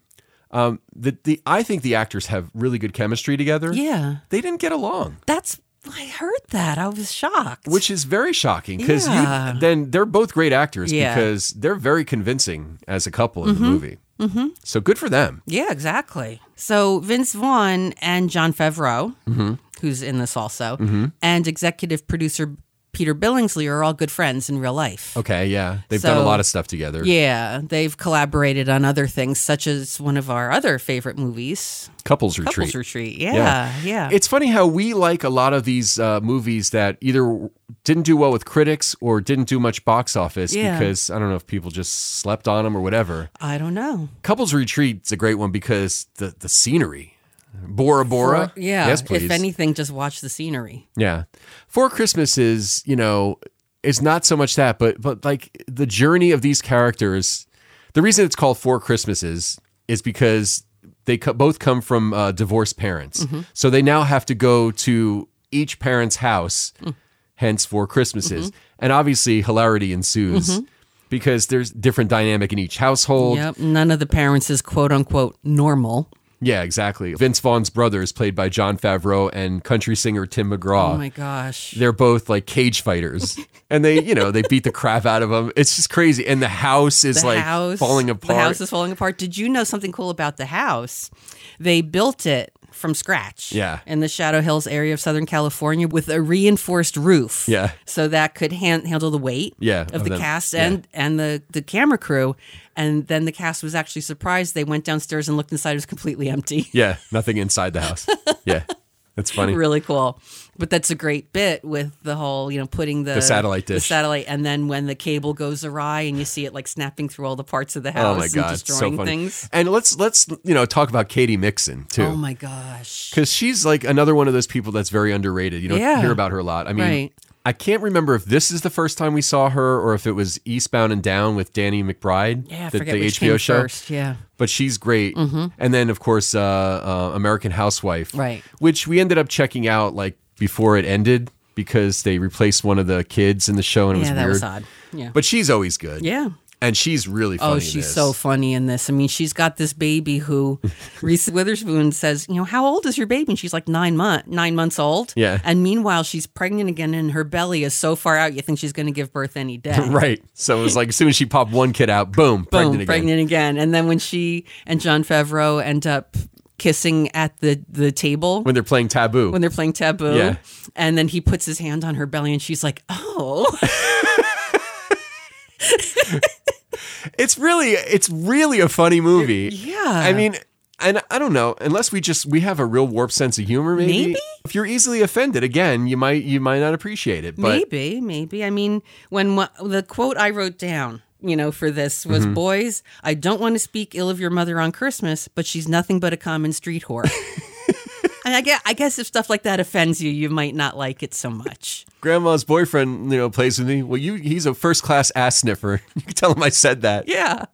Speaker 1: um, the the I think the actors have really good chemistry together.
Speaker 2: Yeah.
Speaker 1: they didn't get along,
Speaker 2: That's I heard that. I was shocked.
Speaker 1: which is very shocking because
Speaker 2: Yeah.
Speaker 1: then they're both great actors
Speaker 2: Yeah.
Speaker 1: because they're very convincing as a couple in the movie. Mm-hmm. So good for them.
Speaker 2: Yeah, exactly. So Vince Vaughn and John Favreau, who's in this also, and executive producer Peter Billingsley are all good friends in real life.
Speaker 1: Okay, yeah, they've done a
Speaker 2: So-
Speaker 1: lot of stuff together.
Speaker 2: Yeah, they've collaborated on other things, such as one of our other favorite movies,
Speaker 1: Couples
Speaker 2: Couples
Speaker 1: retreat.
Speaker 2: Retreat. Yeah,
Speaker 1: Yeah.
Speaker 2: yeah.
Speaker 1: It's funny how we like a lot of these uh, movies that either didn't do well with critics or didn't do much box office
Speaker 2: Yeah.
Speaker 1: because I don't know if people just slept on them or whatever.
Speaker 2: I don't know.
Speaker 1: Couples Retreat's a great one because the the scenery. Bora Bora.
Speaker 2: Or- yeah.
Speaker 1: Yes, please.
Speaker 2: If anything, just watch the scenery.
Speaker 1: Yeah. Four Christmases, you know, it's not so much that, but but like the journey of these characters. The reason it's called Four Christmases is because they co- both come from uh, divorced parents,
Speaker 2: Mm-hmm.
Speaker 1: so they now have to go to each parent's house.
Speaker 2: Mm.
Speaker 1: Hence, Four Christmases,
Speaker 2: Mm-hmm.
Speaker 1: and obviously hilarity ensues because there's different dynamic in each household.
Speaker 2: Yep. None of the parents is quote unquote normal.
Speaker 1: Yeah, exactly. Vince Vaughn's brother is played by John Favreau and country singer Tim McGraw.
Speaker 2: Oh my gosh.
Speaker 1: they're both like cage fighters and they you know they beat the crap out of them it's just crazy and the house is
Speaker 2: The
Speaker 1: like
Speaker 2: house
Speaker 1: falling apart
Speaker 2: The house is falling apart. Did you know something cool about the house? They built it from scratch.
Speaker 1: Yeah.
Speaker 2: In the Shadow Hills area of Southern California with a reinforced roof.
Speaker 1: Yeah.
Speaker 2: So that could han- handle the weight.
Speaker 1: Yeah,
Speaker 2: Of,
Speaker 1: of
Speaker 2: the
Speaker 1: them.
Speaker 2: cast
Speaker 1: Yeah.
Speaker 2: and and the the camera crew. And then the cast was actually surprised. They went downstairs and looked inside. It was completely empty.
Speaker 1: yeah nothing inside the house yeah that's funny
Speaker 2: really cool. But that's a great bit with the whole, you know, putting the,
Speaker 1: satellite
Speaker 2: the
Speaker 1: dish.
Speaker 2: satellite, and then when the cable goes awry and you see it like snapping through all the parts of the
Speaker 1: oh
Speaker 2: house
Speaker 1: my god
Speaker 2: and
Speaker 1: it's so
Speaker 2: destroying
Speaker 1: funny
Speaker 2: things.
Speaker 1: and let's let's you know talk about katie mixon
Speaker 2: Oh
Speaker 1: too
Speaker 2: my gosh!
Speaker 1: because she's like another one of those people that's very underrated you don't
Speaker 2: Yeah.
Speaker 1: hear about her a lot i mean
Speaker 2: Right.
Speaker 1: I can't remember if this is the first time we saw her or if it was Eastbound and Down with Danny McBride,
Speaker 2: Yeah, I
Speaker 1: the,
Speaker 2: forget
Speaker 1: the HBO
Speaker 2: which came
Speaker 1: show.
Speaker 2: first. Yeah,
Speaker 1: but she's great. And then, of course, uh, uh, American Housewife,
Speaker 2: Mm-hmm. Right.
Speaker 1: Which we ended up checking out like before it ended because they replaced one of the kids in the show, and it
Speaker 2: yeah,
Speaker 1: was
Speaker 2: that
Speaker 1: weird.
Speaker 2: was odd. Yeah,
Speaker 1: But she's always good.
Speaker 2: yeah.
Speaker 1: and she's really funny.
Speaker 2: Oh,
Speaker 1: in
Speaker 2: she's
Speaker 1: this.
Speaker 2: so funny in this. I mean, she's got this baby who Reese Witherspoon says, you know, how old is your baby? And she's like nine month, nine months old.
Speaker 1: Yeah.
Speaker 2: And meanwhile, she's pregnant again, and her belly is so far out, you think she's going to give birth any day.
Speaker 1: right. So it was like as soon as she popped one kid out, boom,
Speaker 2: boom,
Speaker 1: pregnant again.
Speaker 2: pregnant again. And then when she and John Favreau end up kissing at the the table
Speaker 1: When they're playing Taboo,
Speaker 2: when they're playing Taboo,
Speaker 1: Yeah.
Speaker 2: and then he puts his hand on her belly, and she's like, "Oh,
Speaker 1: it's really it's really a funny movie.
Speaker 2: yeah."
Speaker 1: I mean, and I don't know, unless we just we have a real warped sense of humor, maybe.
Speaker 2: Maybe?
Speaker 1: If you're easily offended, again, you might you might not appreciate it. But
Speaker 2: maybe, maybe. I mean, when wha- the quote I wrote down. You know, for this was boys. I don't want to speak ill of your mother on Christmas, but she's nothing but a common street whore. and I guess, I guess if stuff like that offends you, you might not like it so much.
Speaker 1: grandma's boyfriend, you know, plays with me. Well, you he's a first class ass sniffer. You can tell him I said that.
Speaker 2: Yeah.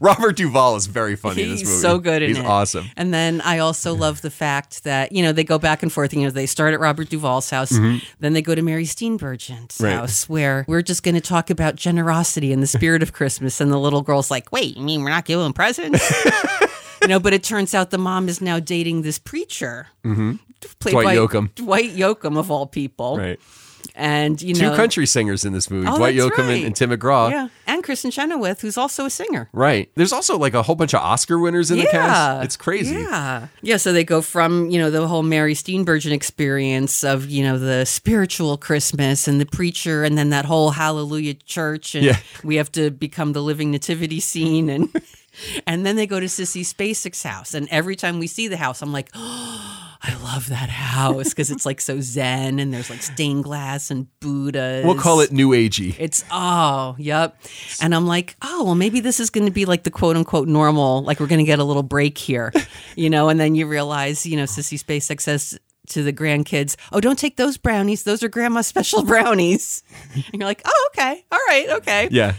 Speaker 1: Robert Duvall is very funny in this movie.
Speaker 2: He's so good in
Speaker 1: he's
Speaker 2: it.
Speaker 1: awesome.
Speaker 2: And then I also love the fact that you know they go back and forth. You know they start at Robert Duvall's house, then they go to Mary Steenburgen's
Speaker 1: Mm-hmm. Right.
Speaker 2: house, where we're just going to talk about generosity and the spirit of Christmas. And the little girl's like, "Wait, you mean we're not giving presents?" you know, but it turns out the mom is now dating this preacher, played
Speaker 1: Mm-hmm. Dwight
Speaker 2: by
Speaker 1: Yoakam.
Speaker 2: Dwight Yoakam of all people,
Speaker 1: Right.
Speaker 2: and you
Speaker 1: Two
Speaker 2: know,
Speaker 1: country singers in this movie,
Speaker 2: Oh,
Speaker 1: Dwight
Speaker 2: that's
Speaker 1: Yoakam
Speaker 2: right.
Speaker 1: and, and Tim McGraw.
Speaker 2: yeah, and Kristen Chenoweth, who's also a singer.
Speaker 1: Right. There's also like a whole bunch of Oscar winners in the cast. It's crazy.
Speaker 2: Yeah. Yeah. So they go from, you know, the whole Mary Steenburgen experience of, you know, the spiritual Christmas and the preacher and then that whole hallelujah church and
Speaker 1: Yeah.
Speaker 2: we have to become the living nativity scene and and then they go to Sissy Spacek's house. And every time we see the house, I'm like, oh, I love that house because it's like so zen and there's like stained glass and Buddha.
Speaker 1: We'll call it New Agey.
Speaker 2: It's oh, yep. And I'm like, oh, well, maybe this is going to be like the quote unquote normal. Like we're going to get a little break here, you know. And then you realize, you know, Sissy SpaceX says to the grandkids, "Oh, don't take those brownies. Those are Grandma's special brownies." And you're like, oh, okay, all right, okay.
Speaker 1: Yeah.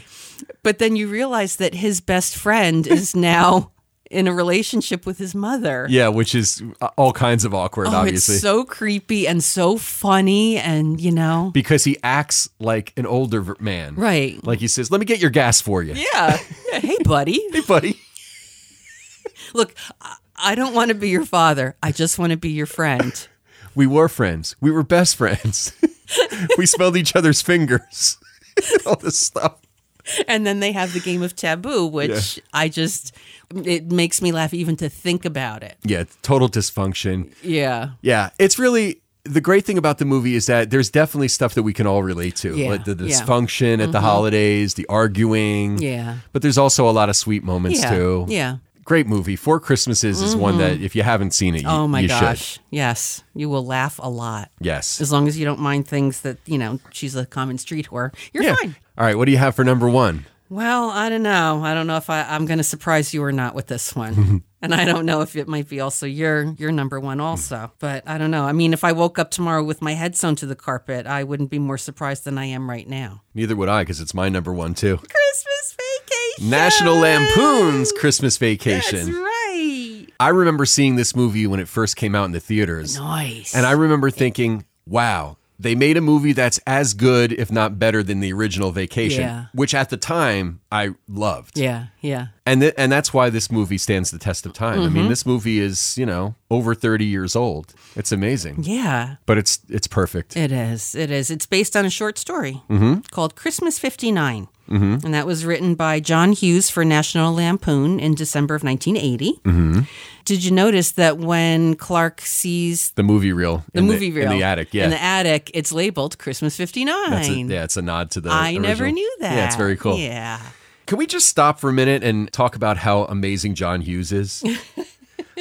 Speaker 2: But then you realize that his best friend is now in a relationship with his mother.
Speaker 1: Yeah, which is uh, all kinds of awkward,
Speaker 2: Oh,
Speaker 1: obviously.
Speaker 2: it's so creepy and so funny, and you know,
Speaker 1: because he acts like an older v- man.
Speaker 2: right?
Speaker 1: Like he says, Let me get your gas for you.
Speaker 2: Yeah. yeah. Hey, buddy.
Speaker 1: Hey, buddy.
Speaker 2: Look, I- I don't want to be your father. I just want to be your friend.
Speaker 1: We were friends. We were best friends. we smelled each other's fingers. all this stuff.
Speaker 2: And then they have the game of taboo, which I just, it makes me laugh even to think about it.
Speaker 1: Yeah, total dysfunction.
Speaker 2: Yeah.
Speaker 1: Yeah, it's really the great thing about the movie is that there's definitely stuff that we can all relate to,
Speaker 2: Yeah,
Speaker 1: like the
Speaker 2: yeah. Mm-hmm.
Speaker 1: dysfunction at the holidays, the arguing.
Speaker 2: Yeah.
Speaker 1: But there's also a lot of sweet moments
Speaker 2: Yeah.
Speaker 1: too.
Speaker 2: Yeah. Mm-hmm.
Speaker 1: Great movie. Four Christmases is one that if you haven't seen it, you,
Speaker 2: Oh my
Speaker 1: you
Speaker 2: gosh. Yes. You will laugh a lot.
Speaker 1: should. Yes.
Speaker 2: As long as you don't mind things that, you know, she's a common street whore, you're
Speaker 1: Yeah.
Speaker 2: fine.
Speaker 1: All right, what do you have for number one?
Speaker 2: Well, I don't know. I don't know if I, I'm going to surprise you or not with this one. And I don't know if it might be also your your number one also. But I don't know. I mean, if I woke up tomorrow with my head sewn to the carpet, I wouldn't be more surprised than I am right now.
Speaker 1: Neither would I, because it's my number one too.
Speaker 2: Christmas vacation.
Speaker 1: National Lampoon's Christmas Vacation.
Speaker 2: That's right.
Speaker 1: I remember seeing this movie when it first came out in the theaters.
Speaker 2: Nice.
Speaker 1: And I remember thinking, wow, they made a movie that's as good, if not better, than the original Vacation,
Speaker 2: Yeah.
Speaker 1: which at the time I loved.
Speaker 2: yeah, yeah.
Speaker 1: And, th- and that's why this movie stands the test of time. I mean,
Speaker 2: Mm-hmm.
Speaker 1: this movie is, you know, over 30 years old. It's amazing,
Speaker 2: Yeah.
Speaker 1: but it's, it's perfect.
Speaker 2: It is. It is. It's based on a short story
Speaker 1: Mm-hmm.
Speaker 2: called Christmas 59. And that was written by John Hughes for National Lampoon in December of 1980.
Speaker 1: Mm-hmm.
Speaker 2: Did you notice that when Clark sees
Speaker 1: the movie reel.
Speaker 2: the
Speaker 1: in
Speaker 2: movie reel
Speaker 1: In the attic, yeah.
Speaker 2: In the attic, it's labeled Christmas 59.
Speaker 1: That's a- yeah, it's a nod to the
Speaker 2: I never
Speaker 1: original.
Speaker 2: knew that.
Speaker 1: Yeah, it's very cool.
Speaker 2: Yeah.
Speaker 1: Can we just stop for a minute and talk about how amazing John Hughes is?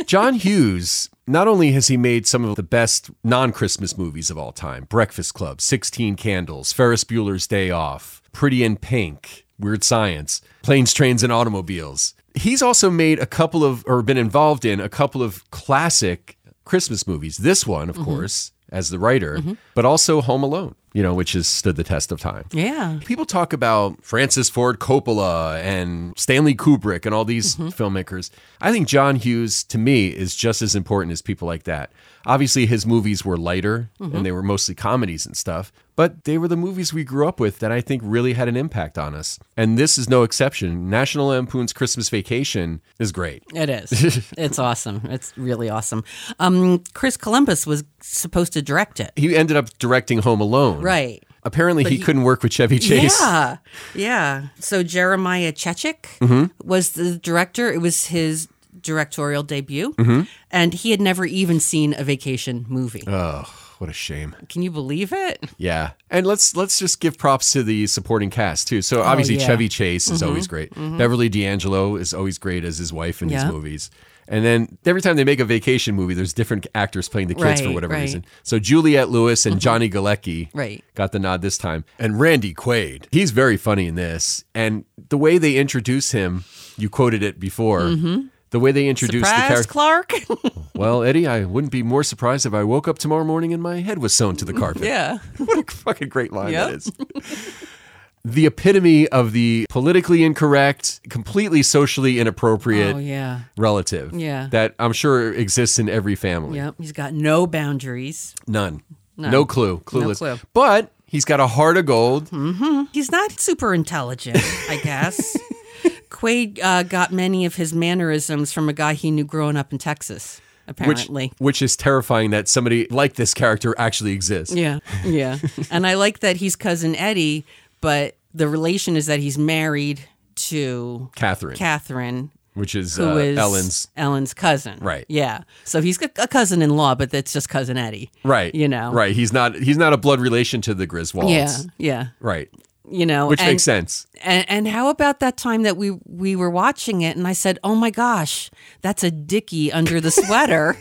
Speaker 1: John Hughes, not only has he made some of the best non Christmas movies of all time Breakfast Club, 16 Candles, Ferris Bueller's Day Off, Pretty in Pink, Weird Science, Planes, Trains, and Automobiles. He's also made a couple of, or been involved in a couple of classic Christmas movies. This one, of course, as the writer, but also Home Alone, you know, which has stood the test of time.
Speaker 2: Yeah.
Speaker 1: People talk about Francis Ford Coppola and Stanley Kubrick and all these
Speaker 2: Mm-hmm.
Speaker 1: filmmakers. I think John Hughes, to me, is just as important as people like that. Obviously, his movies were lighter
Speaker 2: Mm-hmm.
Speaker 1: and they were mostly comedies and stuff, but they were the movies we grew up with that I think really had an impact on us. And this is no exception. National Lampoon's Christmas Vacation is great.
Speaker 2: It is. it's awesome. It's really awesome. Um, Chris Columbus was supposed to direct it.
Speaker 1: He ended up directing Home Alone.
Speaker 2: Right.
Speaker 1: Apparently, he, couldn't work with Chevy Chase.
Speaker 2: Yeah, yeah. So Jeremiah Chechik
Speaker 1: Mm-hmm.
Speaker 2: was the director. It was his directorial debut,
Speaker 1: Mm-hmm.
Speaker 2: and he had never even seen a vacation movie.
Speaker 1: Oh, what a shame.
Speaker 2: Can you believe it?
Speaker 1: Yeah, and let's let's just give props to the supporting cast too. So obviously
Speaker 2: Oh, yeah. Mm-hmm.
Speaker 1: Chevy Chase is always great. Beverly D'Angelo is always great as his wife in
Speaker 2: Yeah.
Speaker 1: his movies. And then every time they make a vacation movie, there's different actors playing the kids for
Speaker 2: Right,
Speaker 1: whatever
Speaker 2: right. Mm-hmm.
Speaker 1: reason. So Juliette Lewis and Johnny Galecki
Speaker 2: Right.
Speaker 1: got the nod this time, and Randy Quaid. He's very funny in this, and the way they introduce him, you quoted it before. The way they introduce the
Speaker 2: Mm-hmm. Surprise,
Speaker 1: character.
Speaker 2: Clark.
Speaker 1: Well, Eddie, I wouldn't be more surprised if I woke up tomorrow morning and my head was sewn to the carpet
Speaker 2: yeah,
Speaker 1: what a fucking great line that
Speaker 2: Yep.
Speaker 1: is. the epitome of the politically incorrect, completely socially inappropriate
Speaker 2: oh yeah,
Speaker 1: relative.
Speaker 2: Yeah.
Speaker 1: That I'm sure exists in every family.
Speaker 2: yep. He's got no boundaries.
Speaker 1: None. No clue. Clueless.
Speaker 2: clue. Hmm.
Speaker 1: But he's got a heart of gold.
Speaker 2: He's not super intelligent, I guess. Quaid uh, got many of his mannerisms from a guy he knew growing up in Texas.
Speaker 1: Which,
Speaker 2: Apparently,
Speaker 1: which is terrifying that somebody like this character actually exists.
Speaker 2: Yeah, yeah. and I like that he's cousin Eddie, but the relation is that he's married to
Speaker 1: Catherine,
Speaker 2: Catherine,
Speaker 1: which is,
Speaker 2: who
Speaker 1: uh,
Speaker 2: is
Speaker 1: Ellen's.
Speaker 2: Ellen's cousin.
Speaker 1: Right.
Speaker 2: Yeah. So he's got a cousin-in-law, but that's just cousin Eddie.
Speaker 1: Right.
Speaker 2: You know.
Speaker 1: Right. He's not he's not a blood relation to the Griswolds.
Speaker 2: Yeah. Yeah.
Speaker 1: Right.
Speaker 2: You know.
Speaker 1: Which
Speaker 2: and,
Speaker 1: makes sense.
Speaker 2: And, and how about that time that we we were watching it, and I said, "Oh my gosh, that's a dicky under the sweater."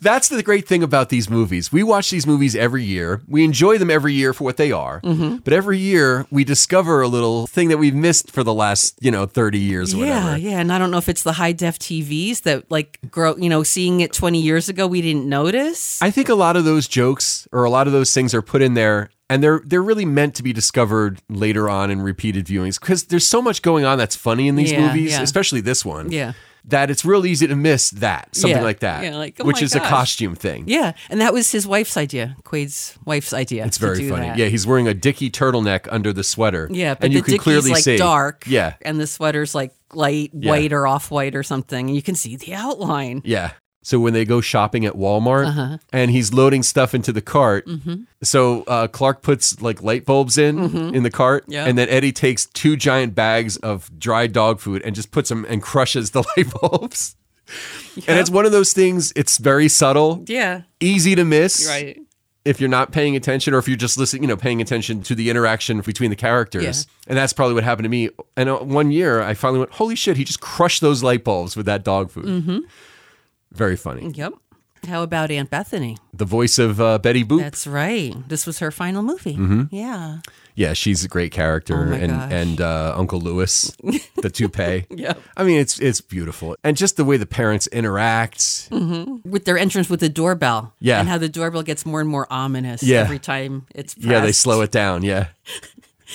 Speaker 1: That's the great thing about these movies. We watch these movies every year. We enjoy them every year for what they are.
Speaker 2: Mm-hmm.
Speaker 1: But every year we discover a little thing that we've missed for the last, you know, 30 years or
Speaker 2: Yeah,
Speaker 1: whatever.
Speaker 2: yeah, and I don't know if it's the high def TVs that like grow, you know, seeing it 20 years ago we didn't notice.
Speaker 1: I think a lot of those jokes or a lot of those things are put in there and they're they're really meant to be discovered later on in repeated viewings cuz there's so much going on that's funny in these
Speaker 2: Yeah,
Speaker 1: movies,
Speaker 2: yeah.
Speaker 1: especially this one.
Speaker 2: Yeah.
Speaker 1: That it's real easy to miss that, something
Speaker 2: Yeah,
Speaker 1: like that,
Speaker 2: yeah, like, oh
Speaker 1: which
Speaker 2: my
Speaker 1: is a
Speaker 2: gosh.
Speaker 1: costume thing.
Speaker 2: Yeah, and that was his wife's idea, Quaid's wife's idea.
Speaker 1: It's very funny. Yeah, he's wearing a dicky turtleneck under the sweater.
Speaker 2: yeah, but
Speaker 1: and
Speaker 2: the
Speaker 1: you can
Speaker 2: dickie's
Speaker 1: clearly
Speaker 2: like
Speaker 1: see
Speaker 2: dark.
Speaker 1: Yeah,
Speaker 2: and the sweater's like light white or off white or something, and you can see the outline.
Speaker 1: yeah. So when they go shopping at Walmart,
Speaker 2: Uh-huh.
Speaker 1: and he's loading stuff into the cart,
Speaker 2: Mm-hmm.
Speaker 1: so uh, Clark puts like light bulbs in in the cart,
Speaker 2: Yeah.
Speaker 1: and then Eddie takes two giant bags of dry dog food and just puts them and crushes the light bulbs. And it's one of those things. It's very subtle,
Speaker 2: Yeah,
Speaker 1: easy to miss,
Speaker 2: right.
Speaker 1: if you're not paying attention or if you're just listening, you know, paying attention to the interaction between the characters. And that's probably what happened to me. And uh, one year I finally went,
Speaker 2: Mm-hmm.
Speaker 1: holy shit, he just crushed those light bulbs with that dog food. Very funny.
Speaker 2: Yep. How about Aunt Bethany?
Speaker 1: the voice of uh, Betty Boop.
Speaker 2: That's right. This was her final movie.
Speaker 1: Mm-hmm.
Speaker 2: Yeah.
Speaker 1: yeah, she's a great character,
Speaker 2: Oh my
Speaker 1: and
Speaker 2: gosh.
Speaker 1: and uh, Uncle Lewis, the toupee.
Speaker 2: Yep.
Speaker 1: I mean it's it's beautiful, and just the way the parents interact.
Speaker 2: With their entrance with the doorbell.
Speaker 1: Yeah.
Speaker 2: And how the doorbell gets more and more ominous
Speaker 1: Yeah.
Speaker 2: every time it's pressed.
Speaker 1: Yeah, they slow it down. Yeah,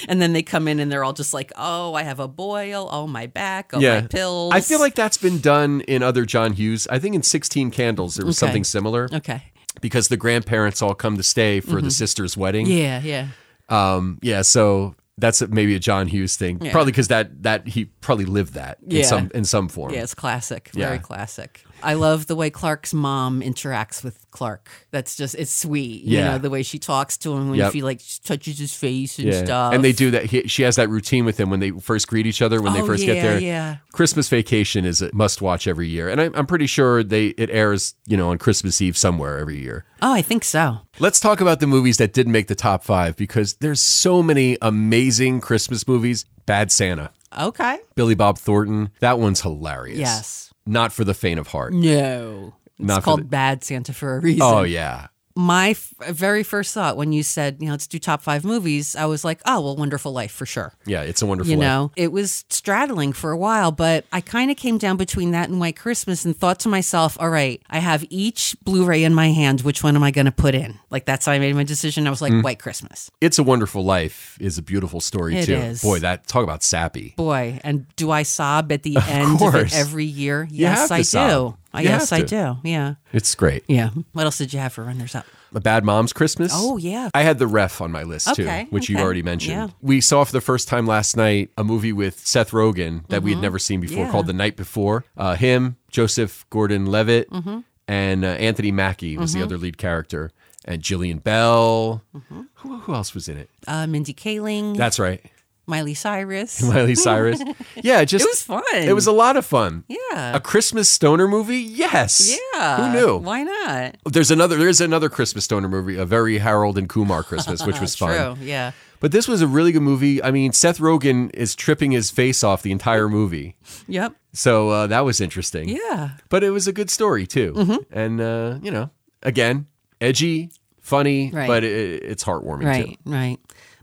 Speaker 2: And then they come in and they're all just like, oh, I have a boil. Oh, my back. Oh,
Speaker 1: yeah.
Speaker 2: my pills.
Speaker 1: I feel like that's been done in other John Hughes. I think in Sixteen Candles there was
Speaker 2: Okay.
Speaker 1: something similar
Speaker 2: Okay.
Speaker 1: because the grandparents all come to stay for the sister's wedding.
Speaker 2: Mm-hmm. Yeah, yeah.
Speaker 1: Um, yeah, so that's a, maybe a John Hughes thing,
Speaker 2: Yeah.
Speaker 1: probably because that that he probably lived that
Speaker 2: Yeah.
Speaker 1: in some in some form.
Speaker 2: Yeah, it's classic.
Speaker 1: Yeah.
Speaker 2: Very classic. I love the way Clark's mom interacts with Clark. That's just it's sweet. You
Speaker 1: Yeah.
Speaker 2: know, the way she talks to him when
Speaker 1: Yep.
Speaker 2: she like touches his face and
Speaker 1: Yeah.
Speaker 2: stuff.
Speaker 1: And they do that. He, she has that routine with him when they first greet each other when they
Speaker 2: Oh,
Speaker 1: first
Speaker 2: yeah,
Speaker 1: get there.
Speaker 2: yeah.
Speaker 1: Christmas Vacation is a must watch every year, and I'm, I'm pretty sure they it airs you know on Christmas Eve somewhere every year.
Speaker 2: Oh, I think so.
Speaker 1: Let's talk about the movies that didn't make the top five because there's so many amazing Christmas movies. Bad Santa,
Speaker 2: Okay.
Speaker 1: Billy Bob Thornton, that one's hilarious.
Speaker 2: Yes.
Speaker 1: not for the faint of heart.
Speaker 2: No. It's
Speaker 1: Not for
Speaker 2: called
Speaker 1: the-
Speaker 2: Bad Santa for a reason.
Speaker 1: Oh yeah,
Speaker 2: My f- very first thought when you said, you know, let's do top five movies, I was like, oh, well, Wonderful Life for sure.
Speaker 1: yeah, it's a wonderful.
Speaker 2: You
Speaker 1: Life.
Speaker 2: know, it was straddling for a while, but I kind of came down between that and White Christmas and thought to myself, all right, I have each Blu ray in my hand. Which one am I going to put in? Like, that's how I made my decision. I was
Speaker 1: Hmm.
Speaker 2: like, White Christmas.
Speaker 1: It's a Wonderful Life is a beautiful story
Speaker 2: It
Speaker 1: too.
Speaker 2: is.
Speaker 1: Boy, that talk about sappy.
Speaker 2: Boy, and do I sob at the end of
Speaker 1: course.
Speaker 2: it every year? Yes,
Speaker 1: have to
Speaker 2: I do.
Speaker 1: sob.
Speaker 2: I
Speaker 1: You
Speaker 2: yes,
Speaker 1: have
Speaker 2: I
Speaker 1: to.
Speaker 2: do. Yeah.
Speaker 1: It's great.
Speaker 2: Yeah. What else did you have for runners up?
Speaker 1: A Bad Mom's Christmas.
Speaker 2: Oh, yeah.
Speaker 1: I had the ref on my list
Speaker 2: Okay,
Speaker 1: too, which you
Speaker 2: okay.
Speaker 1: already mentioned.
Speaker 2: Yeah.
Speaker 1: We saw for the first time last night a movie with Seth Rogen that we had never seen before
Speaker 2: Mm-hmm. Yeah.
Speaker 1: called The Night Before. Uh, him, Joseph Gordon Levitt,
Speaker 2: Mm-hmm.
Speaker 1: and uh, Anthony Mackie was the other lead character, and Jillian Bell.
Speaker 2: Mm-hmm.
Speaker 1: Who, who else was in it?
Speaker 2: Uh, Mindy Kaling,
Speaker 1: That's right.
Speaker 2: Miley Cyrus.
Speaker 1: Miley Cyrus. Yeah, just.
Speaker 2: It was fun.
Speaker 1: It was a lot of fun.
Speaker 2: yeah.
Speaker 1: A Christmas stoner movie? Yes.
Speaker 2: yeah.
Speaker 1: Who knew?
Speaker 2: Why not?
Speaker 1: There's another there's another Christmas stoner movie, a very Harold and Kumar Christmas, which was fun.
Speaker 2: True. Yeah.
Speaker 1: But this was a really good movie. I mean, Seth Rogen is tripping his face off the entire movie.
Speaker 2: Yep.
Speaker 1: So uh, that was interesting.
Speaker 2: Yeah. Mm-hmm.
Speaker 1: But it was a good story, too. And, uh, you know, again, edgy, funny,
Speaker 2: Right.
Speaker 1: but it, it's heartwarming, too.
Speaker 2: Right, right.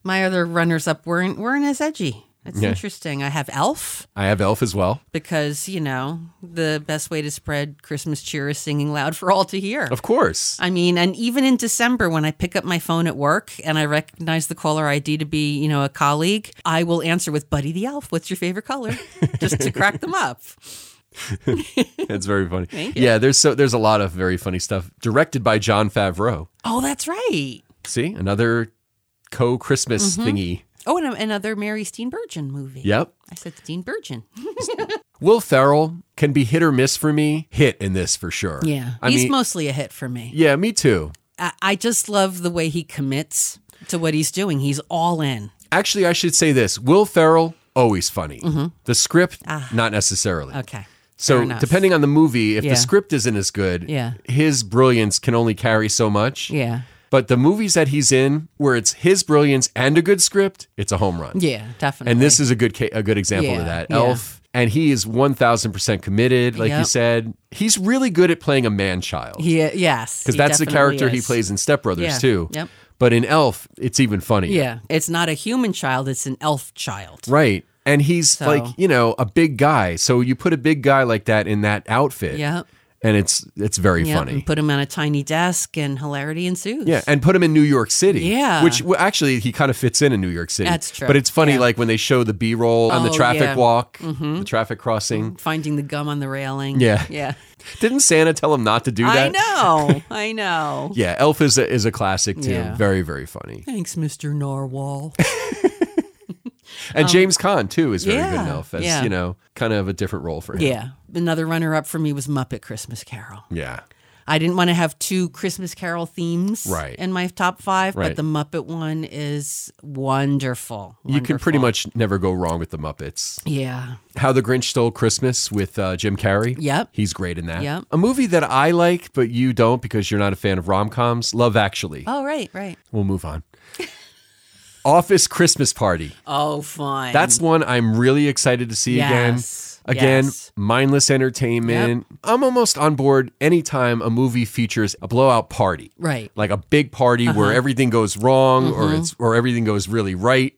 Speaker 2: My other runners up weren't weren't as edgy. It's
Speaker 1: Yeah.
Speaker 2: interesting. I have Elf
Speaker 1: I have Elf as well.
Speaker 2: because you know the best way to spread Christmas cheer is singing loud for all to hear.
Speaker 1: Of course.
Speaker 2: I mean, and even in December, when I pick up my phone at work and I recognize the caller ID to be, you know, a colleague, I will answer with "Buddy the Elf." What's your favorite color? Just to crack them up.
Speaker 1: That's very funny.
Speaker 2: Thank you.
Speaker 1: Yeah, there's so there's a lot of very funny stuff directed by John Favreau.
Speaker 2: Oh, that's right.
Speaker 1: See, another co Christmas thingy.
Speaker 2: Oh, and a- another Mary Steenburgen movie.
Speaker 1: Yep.
Speaker 2: I said Steenburgen.
Speaker 1: Will Ferrell can be hit or miss for me. Hit in this for sure.
Speaker 2: Yeah,
Speaker 1: I
Speaker 2: he's
Speaker 1: mean,
Speaker 2: mostly a hit for me.
Speaker 1: yeah, me too.
Speaker 2: I- I just love the way he commits to what he's doing. He's all in.
Speaker 1: Actually, I should say this: Will Ferrell always funny. The script, not necessarily.
Speaker 2: Mm-hmm. Ah. Okay. fair
Speaker 1: so,
Speaker 2: enough.
Speaker 1: depending on the movie, if
Speaker 2: Yeah.
Speaker 1: the script isn't as good,
Speaker 2: Yeah.
Speaker 1: his brilliance can only carry so much.
Speaker 2: Yeah.
Speaker 1: But the movies that he's in, where it's his brilliance and a good script, it's a home run.
Speaker 2: Yeah, definitely.
Speaker 1: And this is a good ca- a good example
Speaker 2: Yeah,
Speaker 1: of that.
Speaker 2: yeah.
Speaker 1: Elf, and he is one thousand percent committed. Like you
Speaker 2: Yep.
Speaker 1: said, he's really good at playing a man child.
Speaker 2: he, uh, yes,
Speaker 1: because
Speaker 2: he
Speaker 1: that's the
Speaker 2: definitely
Speaker 1: character he
Speaker 2: is.
Speaker 1: plays in Step Brothers
Speaker 2: Yeah.
Speaker 1: too.
Speaker 2: Yep.
Speaker 1: But in Elf, it's even funnier.
Speaker 2: Yeah, it's not a human child; it's an elf child.
Speaker 1: Right. And he's
Speaker 2: So-
Speaker 1: like, you know, a big guy. So you put a big guy like that in that outfit.
Speaker 2: Yep.
Speaker 1: And it's it's very
Speaker 2: Yep,
Speaker 1: funny.
Speaker 2: and put him on a tiny desk, and hilarity ensues.
Speaker 1: yeah, and put him in New York City.
Speaker 2: Yeah.
Speaker 1: which well, actually he kind of fits in in New York City.
Speaker 2: That's true.
Speaker 1: But it's funny,
Speaker 2: Yeah.
Speaker 1: like when they show the B roll on the
Speaker 2: Oh,
Speaker 1: traffic
Speaker 2: yeah. Mm-hmm.
Speaker 1: walk, the traffic crossing.
Speaker 2: finding the gum on the railing.
Speaker 1: Yeah.
Speaker 2: yeah.
Speaker 1: Didn't Santa tell him not to do that?
Speaker 2: I know. I know.
Speaker 1: Yeah, Elf is a, is a classic too.
Speaker 2: Yeah.
Speaker 1: Very very funny.
Speaker 2: Thanks, Mister Narwhal.
Speaker 1: And James Caan too is very good in
Speaker 2: Um, yeah,
Speaker 1: Elf as
Speaker 2: yeah.
Speaker 1: you know, kind of a different role for him.
Speaker 2: yeah. Another runner-up for me was Muppet Christmas Carol.
Speaker 1: Yeah.
Speaker 2: I didn't want to have two Christmas Carol themes
Speaker 1: Right.
Speaker 2: in my top five,
Speaker 1: Right.
Speaker 2: but the Muppet one is wonderful.
Speaker 1: You can pretty
Speaker 2: wonderful.
Speaker 1: much never go wrong with the Muppets.
Speaker 2: Yeah.
Speaker 1: How the Grinch Stole Christmas with uh, Jim Carrey.
Speaker 2: Yep.
Speaker 1: He's great in that.
Speaker 2: Yep.
Speaker 1: A movie that I like, but you don't because you're not a fan of rom coms Love Actually.
Speaker 2: Oh, right, right.
Speaker 1: We'll move on. Office Christmas Party.
Speaker 2: Oh, fine.
Speaker 1: That's one I'm really excited to see
Speaker 2: Yes.
Speaker 1: again. Again,
Speaker 2: Yes.
Speaker 1: mindless entertainment. I'm almost on board anytime a movie features a blowout party.
Speaker 2: Right. Uh-huh. Mm-hmm.
Speaker 1: Like a big party where everything goes wrong or it's or everything goes really right.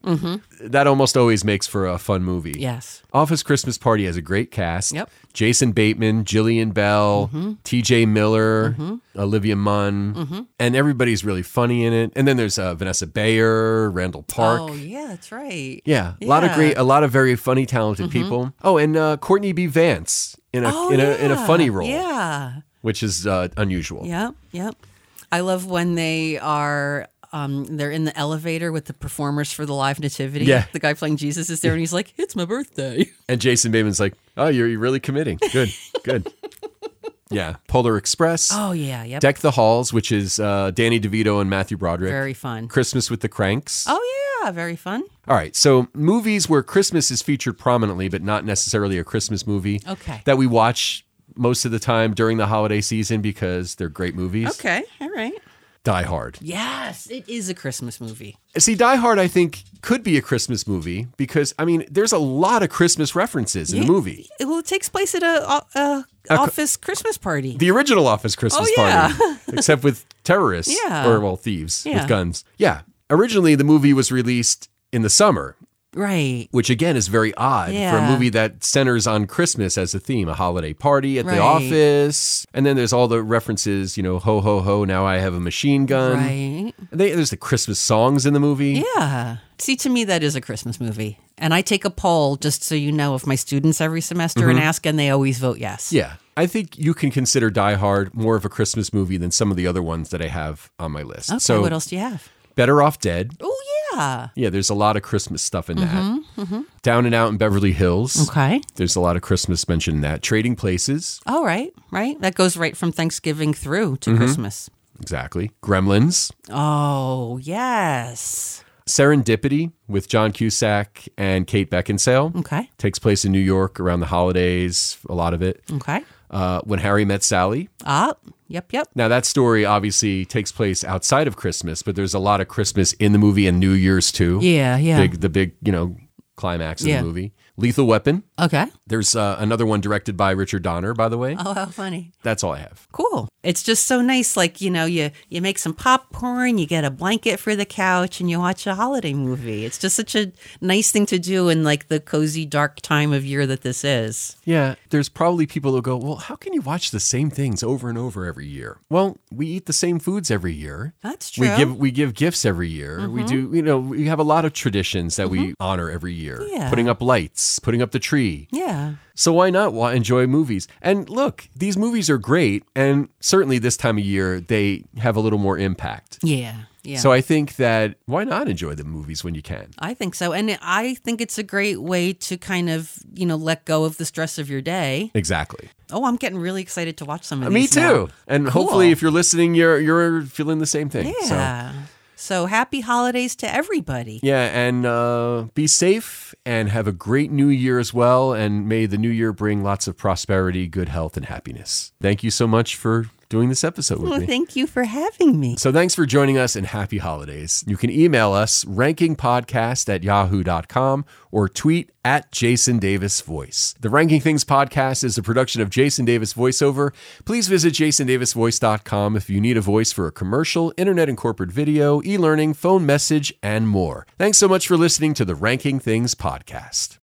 Speaker 1: That almost always makes for a fun movie.
Speaker 2: Yes.
Speaker 1: Office Christmas Party has a great cast.
Speaker 2: Yep. Mm-hmm.
Speaker 1: Jason Bateman, Gillian Bell, T.J. Miller, Olivia Munn, and everybody's really funny in it. And then there's uh, Vanessa Bayer, Randall Park.
Speaker 2: Oh yeah, that's right.
Speaker 1: Yeah, a lot of
Speaker 2: Yeah. Mm-hmm.
Speaker 1: great, a lot of very funny, talented people. Oh, and uh, Courtney B. Vance in a
Speaker 2: Oh,
Speaker 1: in a in a funny role,
Speaker 2: Yeah.
Speaker 1: which is uh, unusual.
Speaker 2: Yep. Yep. I love when they are. Um, they're in the elevator with the performers for the live nativity.
Speaker 1: Yeah.
Speaker 2: The guy playing Jesus is there and he's like, It's my birthday.
Speaker 1: And Jason Bateman's like, "Oh, you're, you're really committing. Good, good." yeah, Polar Express,
Speaker 2: Oh, yeah. Yep.
Speaker 1: Deck the Halls, which is uh, Danny DeVito and Matthew Broderick.
Speaker 2: Very fun.
Speaker 1: Christmas with the Cranks.
Speaker 2: Oh, yeah. Very fun.
Speaker 1: All right, so movies where Christmas is featured prominently, but not necessarily a Christmas movie.
Speaker 2: Okay.
Speaker 1: That we watch most of the time during the holiday season because they're great movies.
Speaker 2: Okay. All right.
Speaker 1: Die Hard.
Speaker 2: Yes. It is a Christmas movie.
Speaker 1: See, Die Hard, I think, could be a Christmas movie because, I mean, there's a lot of Christmas references in the movie.
Speaker 2: It, well, it takes place at a, a, a office Christmas party.
Speaker 1: The original Office Christmas
Speaker 2: Oh, yeah.
Speaker 1: Party, except with terrorists
Speaker 2: Yeah.
Speaker 1: or, well, thieves
Speaker 2: Yeah.
Speaker 1: with guns. Yeah. Originally, the movie was released in the summer,
Speaker 2: right.
Speaker 1: which again is very odd for a
Speaker 2: Yeah.
Speaker 1: movie that centers on Christmas as a theme, a holiday party at
Speaker 2: Right.
Speaker 1: the office. And then there's all the references, you know, ho, ho, ho, now I have a machine
Speaker 2: Um,
Speaker 1: gun.
Speaker 2: Right.
Speaker 1: They, there's the Christmas songs in the movie.
Speaker 2: Yeah. See, to me, that is a Christmas movie. And I take a poll just so you know of my students every semester and ask, and they always vote yes.
Speaker 1: Yeah. I think you can consider Die Hard more of a Christmas movie than some of the other ones that I have on my list.
Speaker 2: Okay,
Speaker 1: so
Speaker 2: what else do you have?
Speaker 1: Better Off Dead.
Speaker 2: Oh, yeah.
Speaker 1: Yeah, there's a lot of Christmas stuff in that. Down and Out in Beverly Hills.
Speaker 2: Mm-hmm, Okay.
Speaker 1: There's a lot of Christmas mentioned in that. Trading Places.
Speaker 2: All right. Right. That goes right from Thanksgiving through to Christmas.
Speaker 1: Exactly. Gremlins.
Speaker 2: Oh, yes.
Speaker 1: Serendipity with John Cusack and Kate Beckinsale.
Speaker 2: Okay.
Speaker 1: Takes place in New York around the holidays, a lot of it.
Speaker 2: Okay.
Speaker 1: Uh, when Harry Met Sally.
Speaker 2: Ah, yep, yep.
Speaker 1: Now, that story obviously takes place outside of Christmas, but there's a lot of Christmas in the movie and New Year's too.
Speaker 2: Yeah, yeah.
Speaker 1: Big, the big, you know, climax of
Speaker 2: Yeah.
Speaker 1: the movie. Lethal Weapon.
Speaker 2: Okay.
Speaker 1: There's uh, another one directed by Richard Donner, by the way.
Speaker 2: Oh, how funny.
Speaker 1: That's all I have.
Speaker 2: cool it's just so nice like you know you you make some popcorn you get a blanket for the couch and you watch a holiday movie it's just such a nice thing to do in like the cozy dark time of year that this is
Speaker 1: Yeah, there's probably people who go, well, how can you watch the same things over and over every year? Well, we eat the same foods every year.
Speaker 2: that's
Speaker 1: We give we give gifts every year. We
Speaker 2: Mm-hmm.
Speaker 1: do you know we have a lot of traditions that we honor every year.
Speaker 2: Yeah.
Speaker 1: Putting up lights, putting up the tree.
Speaker 2: yeah
Speaker 1: So why not wa- enjoy movies? And look, these movies are great, and certainly this time of year they have a little more impact.
Speaker 2: yeah yeah
Speaker 1: So I think that why not enjoy the movies when you can?
Speaker 2: I think so. And I think it's a great way to kind of, you know, let go of the stress of your day.
Speaker 1: Exactly.
Speaker 2: Oh, I'm getting really excited to watch some of
Speaker 1: Me
Speaker 2: these. now.
Speaker 1: too. And hopefully, if you're listening, you're you're feeling the same thing. So.
Speaker 2: Yeah. so happy holidays to everybody.
Speaker 1: Yeah, and uh, be safe and have a great new year as well. And may the new year bring lots of prosperity, good health, and happiness. Thank you so much for doing this episode with
Speaker 2: Well,
Speaker 1: me.
Speaker 2: thank you for having me.
Speaker 1: So, thanks for joining us and happy holidays. You can email us rankingpodcast at yahoo.com or tweet at Jason Davis Voice. The Ranking Things podcast is a production of Jason Davis VoiceOver. Please visit jasondavisvoice.com if you need a voice for a commercial, internet and corporate video, e learning, phone message, and more. Thanks so much for listening to the Ranking Things podcast.